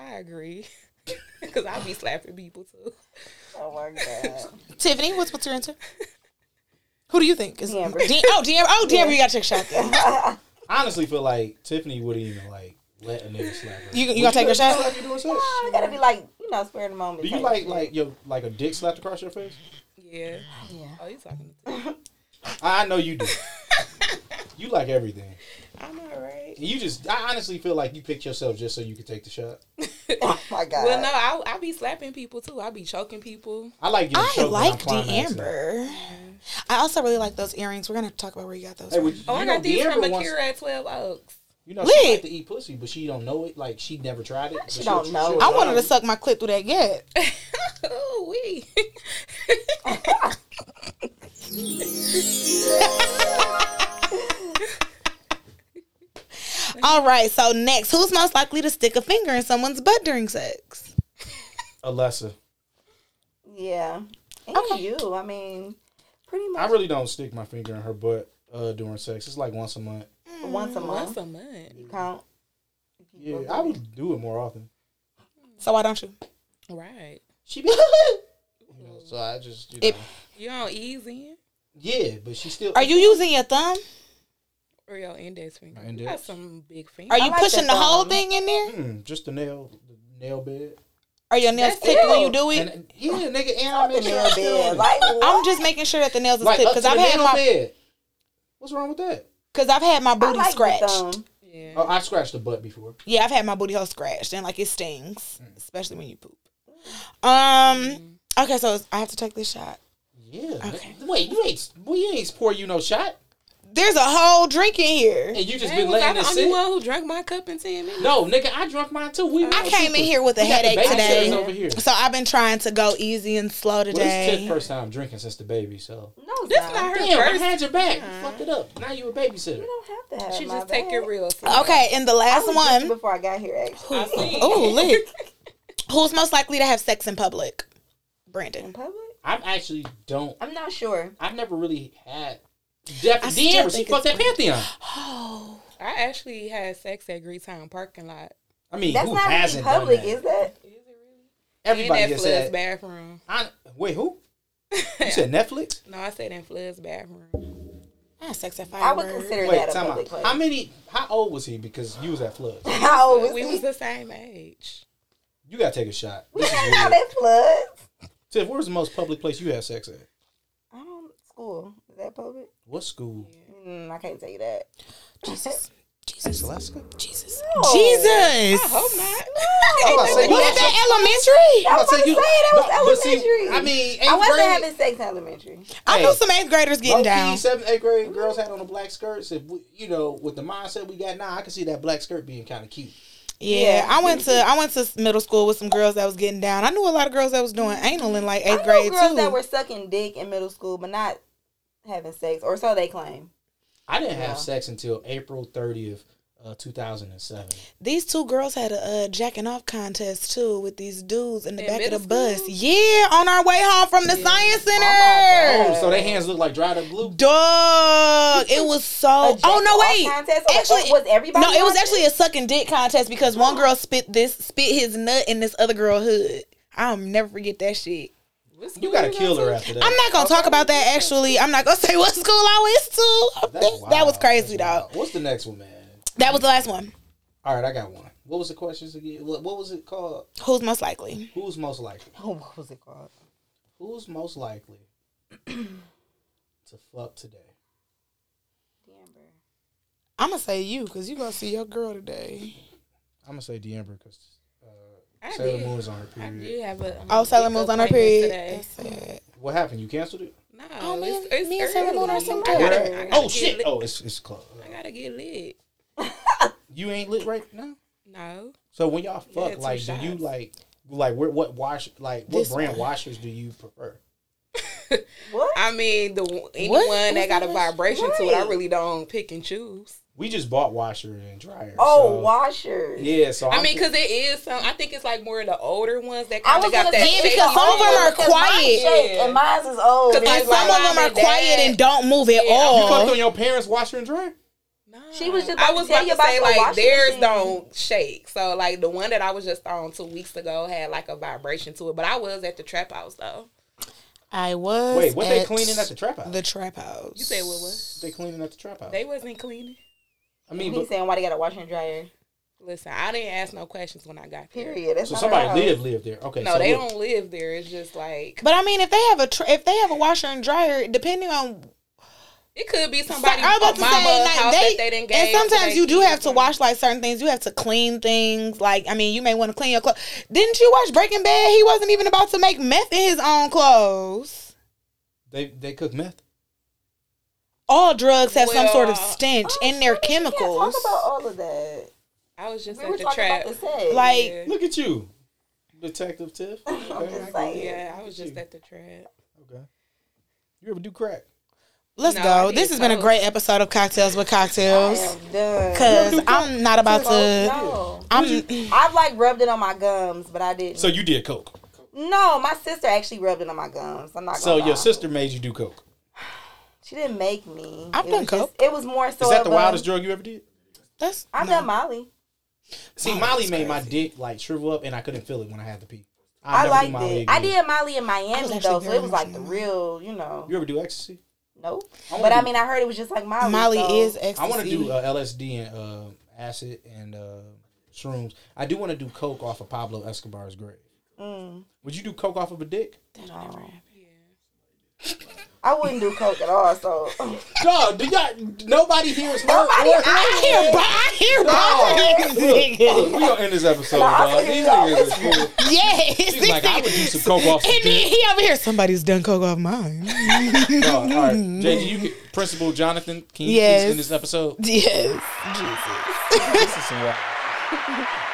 [SPEAKER 5] I agree. Cause I be slapping people too.
[SPEAKER 6] Oh my god.
[SPEAKER 3] Tiffany, what's what's your answer? Who do you think is
[SPEAKER 6] D'Amber.
[SPEAKER 3] D- oh, D'Amber. Oh, D'Amber, you gotta take a shot. Then.
[SPEAKER 2] I honestly feel like Tiffany wouldn't even like let a nigga slap her.
[SPEAKER 3] You, you gonna take her shot?
[SPEAKER 2] Like you doing sex?
[SPEAKER 6] I gotta be like, you know, spare the moment.
[SPEAKER 2] Do you
[SPEAKER 6] type
[SPEAKER 2] like
[SPEAKER 6] shit.
[SPEAKER 2] like your like a dick slapped across your face?
[SPEAKER 5] Yeah.
[SPEAKER 6] Yeah.
[SPEAKER 5] Oh, you talking to
[SPEAKER 2] I I know you do. you like everything.
[SPEAKER 5] I'm all right.
[SPEAKER 2] You just I honestly feel like you picked yourself just so you could take the shot.
[SPEAKER 6] Oh my god.
[SPEAKER 5] Well, no, I I be slapping people too. I be choking people.
[SPEAKER 2] I like getting
[SPEAKER 3] I
[SPEAKER 2] choked when I'm
[SPEAKER 3] like D
[SPEAKER 2] climaxing.
[SPEAKER 3] Amber. I also really like those earrings. We're gonna talk about where you got those.
[SPEAKER 2] Hey,
[SPEAKER 3] from.
[SPEAKER 2] would you,
[SPEAKER 5] Oh,
[SPEAKER 2] you
[SPEAKER 5] I
[SPEAKER 2] know,
[SPEAKER 5] got these
[SPEAKER 2] D'Amber
[SPEAKER 5] from
[SPEAKER 2] wants-
[SPEAKER 5] Akira at Twelve Oaks.
[SPEAKER 2] You know, she
[SPEAKER 3] Lit.
[SPEAKER 2] like to eat pussy, but she don't know it. Like she never tried it. but She
[SPEAKER 6] don't know it.
[SPEAKER 3] I wanted to suck my clit through that gap.
[SPEAKER 5] oh wee.
[SPEAKER 3] All right, so next, who's most likely to stick a finger in someone's butt during sex?
[SPEAKER 2] Alessa,
[SPEAKER 6] Yeah. And you, I mean, pretty
[SPEAKER 2] I
[SPEAKER 6] much
[SPEAKER 2] really don't stick my finger in her butt uh, during sex. It's like once a month.
[SPEAKER 6] once a
[SPEAKER 5] Once
[SPEAKER 6] month.
[SPEAKER 5] a month.
[SPEAKER 2] Mm.
[SPEAKER 6] You count.
[SPEAKER 2] Yeah, I would do it more often.
[SPEAKER 3] So why don't you?
[SPEAKER 5] Right.
[SPEAKER 2] She be, you know, so I just, you know.
[SPEAKER 3] It-
[SPEAKER 5] You on easy
[SPEAKER 2] yeah, but she still.
[SPEAKER 3] Are you using your thumb?
[SPEAKER 5] or your index finger?
[SPEAKER 2] My
[SPEAKER 5] You got
[SPEAKER 2] index.
[SPEAKER 5] some big fingers.
[SPEAKER 3] Are you
[SPEAKER 6] like
[SPEAKER 3] pushing
[SPEAKER 6] that
[SPEAKER 3] the whole
[SPEAKER 6] thumb.
[SPEAKER 3] thing in there?
[SPEAKER 2] Mm, just the nail, the nail bed.
[SPEAKER 3] Are your nails
[SPEAKER 5] That's
[SPEAKER 3] clipped when you
[SPEAKER 6] ew.
[SPEAKER 3] do it?
[SPEAKER 2] And, yeah, nigga, and I'm in
[SPEAKER 6] in
[SPEAKER 2] there
[SPEAKER 6] your bed. Like
[SPEAKER 3] I'm just making sure that the nails are
[SPEAKER 2] like
[SPEAKER 3] clipped
[SPEAKER 2] up to
[SPEAKER 3] because
[SPEAKER 2] the
[SPEAKER 3] I've had
[SPEAKER 2] nail
[SPEAKER 3] my
[SPEAKER 2] bed. What's wrong with that?
[SPEAKER 3] because I've had my booty
[SPEAKER 6] like the
[SPEAKER 3] scratched.
[SPEAKER 6] thumb.
[SPEAKER 5] Yeah.
[SPEAKER 2] Oh, I scratched the butt before.
[SPEAKER 3] Yeah, I've had my booty hole scratched and like it stings,
[SPEAKER 2] Mm.
[SPEAKER 3] especially when you poop. Um. Okay, so it's- I have to take this shot.
[SPEAKER 2] Yeah.
[SPEAKER 3] Okay.
[SPEAKER 2] Wait, you ain't, well, you ain't pour you no shot,
[SPEAKER 3] There's a whole drink in here.
[SPEAKER 2] and you just
[SPEAKER 5] Dang,
[SPEAKER 2] been
[SPEAKER 5] was I
[SPEAKER 2] letting it
[SPEAKER 5] the
[SPEAKER 2] sit.
[SPEAKER 5] only one who drank my cup in ten minutes?
[SPEAKER 2] No, nigga, I drunk mine too. We
[SPEAKER 3] I came in here with a
[SPEAKER 2] We got the
[SPEAKER 3] headache
[SPEAKER 2] baby
[SPEAKER 3] today.
[SPEAKER 2] chairs over here.
[SPEAKER 3] So I've been trying to go easy and slow
[SPEAKER 2] Well, this is
[SPEAKER 3] today.
[SPEAKER 2] Tiff's first time drinking since the baby, so.
[SPEAKER 6] No,
[SPEAKER 5] This
[SPEAKER 6] this
[SPEAKER 5] not her
[SPEAKER 2] Damn, I
[SPEAKER 5] first.
[SPEAKER 2] had your back. You fucked it up. Now you a babysitter.
[SPEAKER 6] You don't have to have
[SPEAKER 5] She
[SPEAKER 6] my
[SPEAKER 5] just take
[SPEAKER 6] bag.
[SPEAKER 5] it real. slow.
[SPEAKER 3] okay, and the
[SPEAKER 6] I
[SPEAKER 3] last
[SPEAKER 6] was drinking
[SPEAKER 3] one.
[SPEAKER 6] before I got here. Actually,
[SPEAKER 5] I see.
[SPEAKER 3] Oh, lick. Who's most likely to have sex in public?
[SPEAKER 6] in
[SPEAKER 3] Brandon.
[SPEAKER 6] public,
[SPEAKER 2] I actually don't.
[SPEAKER 6] I'm not sure.
[SPEAKER 2] I've never really had.
[SPEAKER 3] I
[SPEAKER 2] Def-
[SPEAKER 3] still
[SPEAKER 2] Deanna, she
[SPEAKER 3] think
[SPEAKER 2] fucked that pantheon.
[SPEAKER 3] Oh.
[SPEAKER 5] I actually had sex at Greetown parking lot.
[SPEAKER 2] I mean,
[SPEAKER 6] That's
[SPEAKER 2] who
[SPEAKER 6] not really
[SPEAKER 2] hasn't done
[SPEAKER 6] public,
[SPEAKER 2] that?
[SPEAKER 6] is that?
[SPEAKER 2] Everybody
[SPEAKER 5] and at
[SPEAKER 2] has
[SPEAKER 5] Flood's
[SPEAKER 2] had.
[SPEAKER 5] bathroom.
[SPEAKER 2] I, wait, who? You said Netflix?
[SPEAKER 5] No, I said in Flood's bathroom.
[SPEAKER 3] I had sex at
[SPEAKER 6] I would
[SPEAKER 3] Firebird.
[SPEAKER 6] consider
[SPEAKER 2] Wait,
[SPEAKER 6] that a
[SPEAKER 2] time
[SPEAKER 6] public
[SPEAKER 2] out.
[SPEAKER 6] place.
[SPEAKER 2] How many? How old was he? Because you was at Flood.
[SPEAKER 6] How old is
[SPEAKER 5] We
[SPEAKER 6] he?
[SPEAKER 5] was the same age.
[SPEAKER 2] You gotta take a shot. This is
[SPEAKER 6] How
[SPEAKER 2] weird.
[SPEAKER 6] that flood?
[SPEAKER 2] Tiff, where's the most public place you had sex at?
[SPEAKER 6] I don't school. Is that public?
[SPEAKER 2] What school?
[SPEAKER 6] Mm, I can't tell you that.
[SPEAKER 3] Jesus.
[SPEAKER 2] It's Alaska.
[SPEAKER 3] Jesus.
[SPEAKER 6] No.
[SPEAKER 5] I
[SPEAKER 3] Jesus.
[SPEAKER 5] hope not.
[SPEAKER 2] I'm about to say,
[SPEAKER 3] What
[SPEAKER 2] you
[SPEAKER 3] is
[SPEAKER 2] had sex-
[SPEAKER 3] that
[SPEAKER 2] I'm
[SPEAKER 3] elementary?
[SPEAKER 6] I
[SPEAKER 2] about
[SPEAKER 6] was
[SPEAKER 2] to say
[SPEAKER 6] about to
[SPEAKER 2] you.
[SPEAKER 6] say that was
[SPEAKER 2] but see,
[SPEAKER 6] elementary.
[SPEAKER 2] I mean, eighth
[SPEAKER 6] I wasn't
[SPEAKER 2] grade,
[SPEAKER 6] having sex in elementary.
[SPEAKER 3] I
[SPEAKER 2] Hey.
[SPEAKER 3] know some eighth graders getting
[SPEAKER 2] Low key,
[SPEAKER 3] down.
[SPEAKER 2] seventh, eighth grade girls had on the black skirts. If we, you know, with the mindset we got now, I can see that black skirt being kind of cute.
[SPEAKER 3] Yeah,
[SPEAKER 6] Yeah.
[SPEAKER 3] I went to I went to middle school with some girls that was getting down. I knew a lot of girls that was doing anal in like
[SPEAKER 6] I
[SPEAKER 3] eighth
[SPEAKER 6] know
[SPEAKER 3] grade
[SPEAKER 6] girls
[SPEAKER 3] too.
[SPEAKER 6] that were sucking dick in middle school, but not having sex, or so they claim.
[SPEAKER 2] I didn't have
[SPEAKER 6] Yeah.
[SPEAKER 2] sex until April thirtieth, uh, 2007.
[SPEAKER 3] These two girls had a uh, jacking off contest too with these dudes in the
[SPEAKER 5] In
[SPEAKER 3] back of the
[SPEAKER 5] middle
[SPEAKER 3] bus.
[SPEAKER 5] school?
[SPEAKER 3] Yeah, on our way home from the science center.
[SPEAKER 6] Oh
[SPEAKER 2] Oh, so their hands look like dried up glue.
[SPEAKER 3] Dog, it was so.
[SPEAKER 6] A
[SPEAKER 3] Oh no,
[SPEAKER 6] jack-off
[SPEAKER 3] wait.
[SPEAKER 6] contest? Oh,
[SPEAKER 3] Actually,
[SPEAKER 6] was everybody
[SPEAKER 3] No, it was
[SPEAKER 6] watching?
[SPEAKER 3] actually a sucking dick contest because one girl spit this, spit his nut in this other girl hood. I'll never forget that shit.
[SPEAKER 2] You got a killer after that.
[SPEAKER 3] I'm not gonna talk about that. Actually, I'm not gonna say what school I went to.
[SPEAKER 2] That's
[SPEAKER 3] That, that was
[SPEAKER 2] wild.
[SPEAKER 3] crazy,
[SPEAKER 2] That's
[SPEAKER 3] dog.
[SPEAKER 2] wild. What's the next one, man?
[SPEAKER 3] That was the last one.
[SPEAKER 2] All right, I got one. What was the questions again? What, what was it called?
[SPEAKER 3] Who's most likely?
[SPEAKER 2] Who's most likely?
[SPEAKER 6] What was it called?
[SPEAKER 2] Who's most likely to fuck today?
[SPEAKER 3] I'm gonna say you because you gonna see your girl today.
[SPEAKER 2] I'm gonna say D'Amber because uh,
[SPEAKER 5] I
[SPEAKER 2] Sailor
[SPEAKER 5] did.
[SPEAKER 2] Moon is on her
[SPEAKER 5] I
[SPEAKER 2] period.
[SPEAKER 5] do have a. um,
[SPEAKER 3] Oh, Sailor Moon's on her
[SPEAKER 5] appointment
[SPEAKER 3] period.
[SPEAKER 5] today.
[SPEAKER 3] That's sad.
[SPEAKER 2] What happened? You canceled it?
[SPEAKER 5] No,
[SPEAKER 3] Oh, me
[SPEAKER 5] it's,
[SPEAKER 3] and-
[SPEAKER 5] it's
[SPEAKER 3] me and Sailor Moon are
[SPEAKER 5] early.
[SPEAKER 3] so
[SPEAKER 5] I gotta-
[SPEAKER 3] good.
[SPEAKER 5] I gotta
[SPEAKER 2] Oh
[SPEAKER 5] get
[SPEAKER 2] shit!
[SPEAKER 5] lit.
[SPEAKER 2] Oh, it's it's close.
[SPEAKER 5] I gotta get lit.
[SPEAKER 2] You ain't lit right now.
[SPEAKER 5] No,
[SPEAKER 2] So when y'all
[SPEAKER 5] Yeah,
[SPEAKER 2] fuck,
[SPEAKER 5] two
[SPEAKER 2] like, do you
[SPEAKER 5] shots.
[SPEAKER 2] like like where, what wash like what
[SPEAKER 3] This
[SPEAKER 2] brand
[SPEAKER 3] one.
[SPEAKER 2] washers do you prefer?
[SPEAKER 6] What?
[SPEAKER 5] I mean the anyone
[SPEAKER 3] What's
[SPEAKER 5] that got
[SPEAKER 3] that
[SPEAKER 5] a
[SPEAKER 3] much?
[SPEAKER 5] vibration to it, I
[SPEAKER 6] Right.
[SPEAKER 5] really don't pick and choose.
[SPEAKER 2] We just bought washer and dryer.
[SPEAKER 6] Oh,
[SPEAKER 2] so-
[SPEAKER 6] washers.
[SPEAKER 2] Yeah, so
[SPEAKER 5] I
[SPEAKER 2] Oh, I'm-
[SPEAKER 5] mean, because it is some. I think it's like more of the older ones that
[SPEAKER 6] I
[SPEAKER 5] kind
[SPEAKER 6] was
[SPEAKER 5] of got
[SPEAKER 6] gonna
[SPEAKER 5] that.
[SPEAKER 6] say
[SPEAKER 3] Yeah, because
[SPEAKER 5] shake.
[SPEAKER 3] some of them are
[SPEAKER 6] Cause Oh, mine
[SPEAKER 3] quiet.
[SPEAKER 6] shake and mine's is old.
[SPEAKER 5] Cause
[SPEAKER 3] And
[SPEAKER 5] Like,
[SPEAKER 3] some
[SPEAKER 5] my
[SPEAKER 3] of them
[SPEAKER 5] mom
[SPEAKER 3] are
[SPEAKER 5] and dad-
[SPEAKER 3] quiet and don't move at
[SPEAKER 5] Yeah, I
[SPEAKER 2] you fucked
[SPEAKER 3] all.
[SPEAKER 2] on your parents' washer and dryer.
[SPEAKER 5] No.
[SPEAKER 6] She was just
[SPEAKER 5] I
[SPEAKER 6] about
[SPEAKER 5] was
[SPEAKER 6] to tell
[SPEAKER 5] about
[SPEAKER 6] you
[SPEAKER 5] to
[SPEAKER 6] about
[SPEAKER 5] say
[SPEAKER 6] the
[SPEAKER 5] like
[SPEAKER 6] washing
[SPEAKER 5] theirs
[SPEAKER 6] machine.
[SPEAKER 5] don't shake. So like the one that I was just on two weeks ago had like a vibration to it, but I was at the trap house though.
[SPEAKER 3] I was.
[SPEAKER 2] Wait, what they cleaning at the trap house?
[SPEAKER 3] The trap house.
[SPEAKER 5] You said what was?
[SPEAKER 2] They cleaning at the trap house.
[SPEAKER 5] They wasn't cleaning.
[SPEAKER 2] I mean,
[SPEAKER 6] He's
[SPEAKER 2] but,
[SPEAKER 6] saying why they got a washer and dryer.
[SPEAKER 5] Listen, I didn't ask no questions when I got there.
[SPEAKER 6] Period. That's
[SPEAKER 2] so
[SPEAKER 6] not
[SPEAKER 2] somebody
[SPEAKER 6] allowed.
[SPEAKER 2] live live there. Okay,
[SPEAKER 5] No,
[SPEAKER 2] so
[SPEAKER 5] they
[SPEAKER 2] look.
[SPEAKER 5] don't live there. It's just like
[SPEAKER 3] But I mean, if they have a tra- if they have a washer and dryer, depending on
[SPEAKER 5] it could be somebody.
[SPEAKER 3] like, I was about to
[SPEAKER 5] mama
[SPEAKER 3] say like
[SPEAKER 5] house
[SPEAKER 3] they,
[SPEAKER 5] that they didn't
[SPEAKER 3] and sometimes you do have to wash like certain things. You have to clean things. Like I mean, you may want to clean your clothes. Didn't you watch Breaking Bad? He wasn't even about to make meth in his own clothes.
[SPEAKER 2] They they cook meth.
[SPEAKER 3] All drugs have some sort of
[SPEAKER 5] Well,
[SPEAKER 3] stench
[SPEAKER 6] Oh,
[SPEAKER 3] in their
[SPEAKER 6] shit, we can't
[SPEAKER 3] chemicals.
[SPEAKER 6] Talk about all of that.
[SPEAKER 5] I was just
[SPEAKER 6] We were
[SPEAKER 5] at the
[SPEAKER 6] talking
[SPEAKER 5] trap.
[SPEAKER 6] about the sex.
[SPEAKER 3] Like
[SPEAKER 5] Yeah.
[SPEAKER 2] Look at you, Detective Tiff. Okay,
[SPEAKER 6] I'm
[SPEAKER 2] I
[SPEAKER 6] just
[SPEAKER 2] get
[SPEAKER 6] saying.
[SPEAKER 2] it.
[SPEAKER 5] Yeah, I was
[SPEAKER 2] Look at
[SPEAKER 5] just
[SPEAKER 2] you.
[SPEAKER 5] at the trap.
[SPEAKER 2] Okay. You ever do crack?
[SPEAKER 3] let's
[SPEAKER 5] No, I
[SPEAKER 3] go.
[SPEAKER 5] did
[SPEAKER 3] This has been a
[SPEAKER 5] coke.
[SPEAKER 3] great episode of Cocktails with Cocktails.
[SPEAKER 6] I'm done. Oh,
[SPEAKER 3] Cause I'm not about to.
[SPEAKER 6] no.
[SPEAKER 3] I'm.
[SPEAKER 6] I've like rubbed it on my gums, but I didn't.
[SPEAKER 2] So you did coke.
[SPEAKER 6] no, my sister actually rubbed it on my gums. I'm not. Gonna
[SPEAKER 2] So
[SPEAKER 6] lie.
[SPEAKER 2] your sister made you do coke.
[SPEAKER 6] She didn't make me.
[SPEAKER 3] I've
[SPEAKER 6] it
[SPEAKER 3] done
[SPEAKER 6] was
[SPEAKER 3] coke.
[SPEAKER 6] Just, it was more so.
[SPEAKER 2] Is
[SPEAKER 6] um,
[SPEAKER 2] that the
[SPEAKER 6] of a-
[SPEAKER 2] wildest drug you ever did?
[SPEAKER 3] That's
[SPEAKER 6] I've done Molly.
[SPEAKER 2] See,
[SPEAKER 6] Oh,
[SPEAKER 2] Molly made my dick like shrivel up, and I couldn't feel it when I had to pee.
[SPEAKER 6] I,
[SPEAKER 2] never do
[SPEAKER 6] liked
[SPEAKER 2] Molly
[SPEAKER 6] it.
[SPEAKER 2] again.
[SPEAKER 6] I did Molly in Miami
[SPEAKER 3] actually
[SPEAKER 6] though, so
[SPEAKER 3] very
[SPEAKER 6] it was like
[SPEAKER 3] much
[SPEAKER 6] the
[SPEAKER 3] in
[SPEAKER 6] real, you know.
[SPEAKER 2] You ever do ecstasy?
[SPEAKER 6] Nope.
[SPEAKER 2] wanna
[SPEAKER 6] But I
[SPEAKER 2] do-
[SPEAKER 6] mean, I heard it was just like Molly.
[SPEAKER 3] Molly
[SPEAKER 6] so-
[SPEAKER 3] is ecstasy.
[SPEAKER 2] I want to do uh, LSD and uh, acid and uh, shrooms. I do want to do coke off of Pablo Escobar's grave. Would you do coke off of a dick?
[SPEAKER 6] No. I wouldn't do coke at all. So
[SPEAKER 2] Dog, do y'all? Nobody here is her
[SPEAKER 6] Nobody-
[SPEAKER 2] or
[SPEAKER 3] I hear, bo- I hear
[SPEAKER 2] Oh. Dog.
[SPEAKER 3] bothers.
[SPEAKER 2] Look, look, we gonna end this episode, dog. These niggas is cool.
[SPEAKER 3] Yes.
[SPEAKER 2] She's like, I would do some coke off some
[SPEAKER 3] and then
[SPEAKER 2] dick.
[SPEAKER 3] he over here, somebody's done coke off mine.
[SPEAKER 2] Dog, all right, JG, you get Principal Jonathan. Can you
[SPEAKER 3] Yes.
[SPEAKER 2] please end this episode?
[SPEAKER 3] yes.
[SPEAKER 2] This is some wild-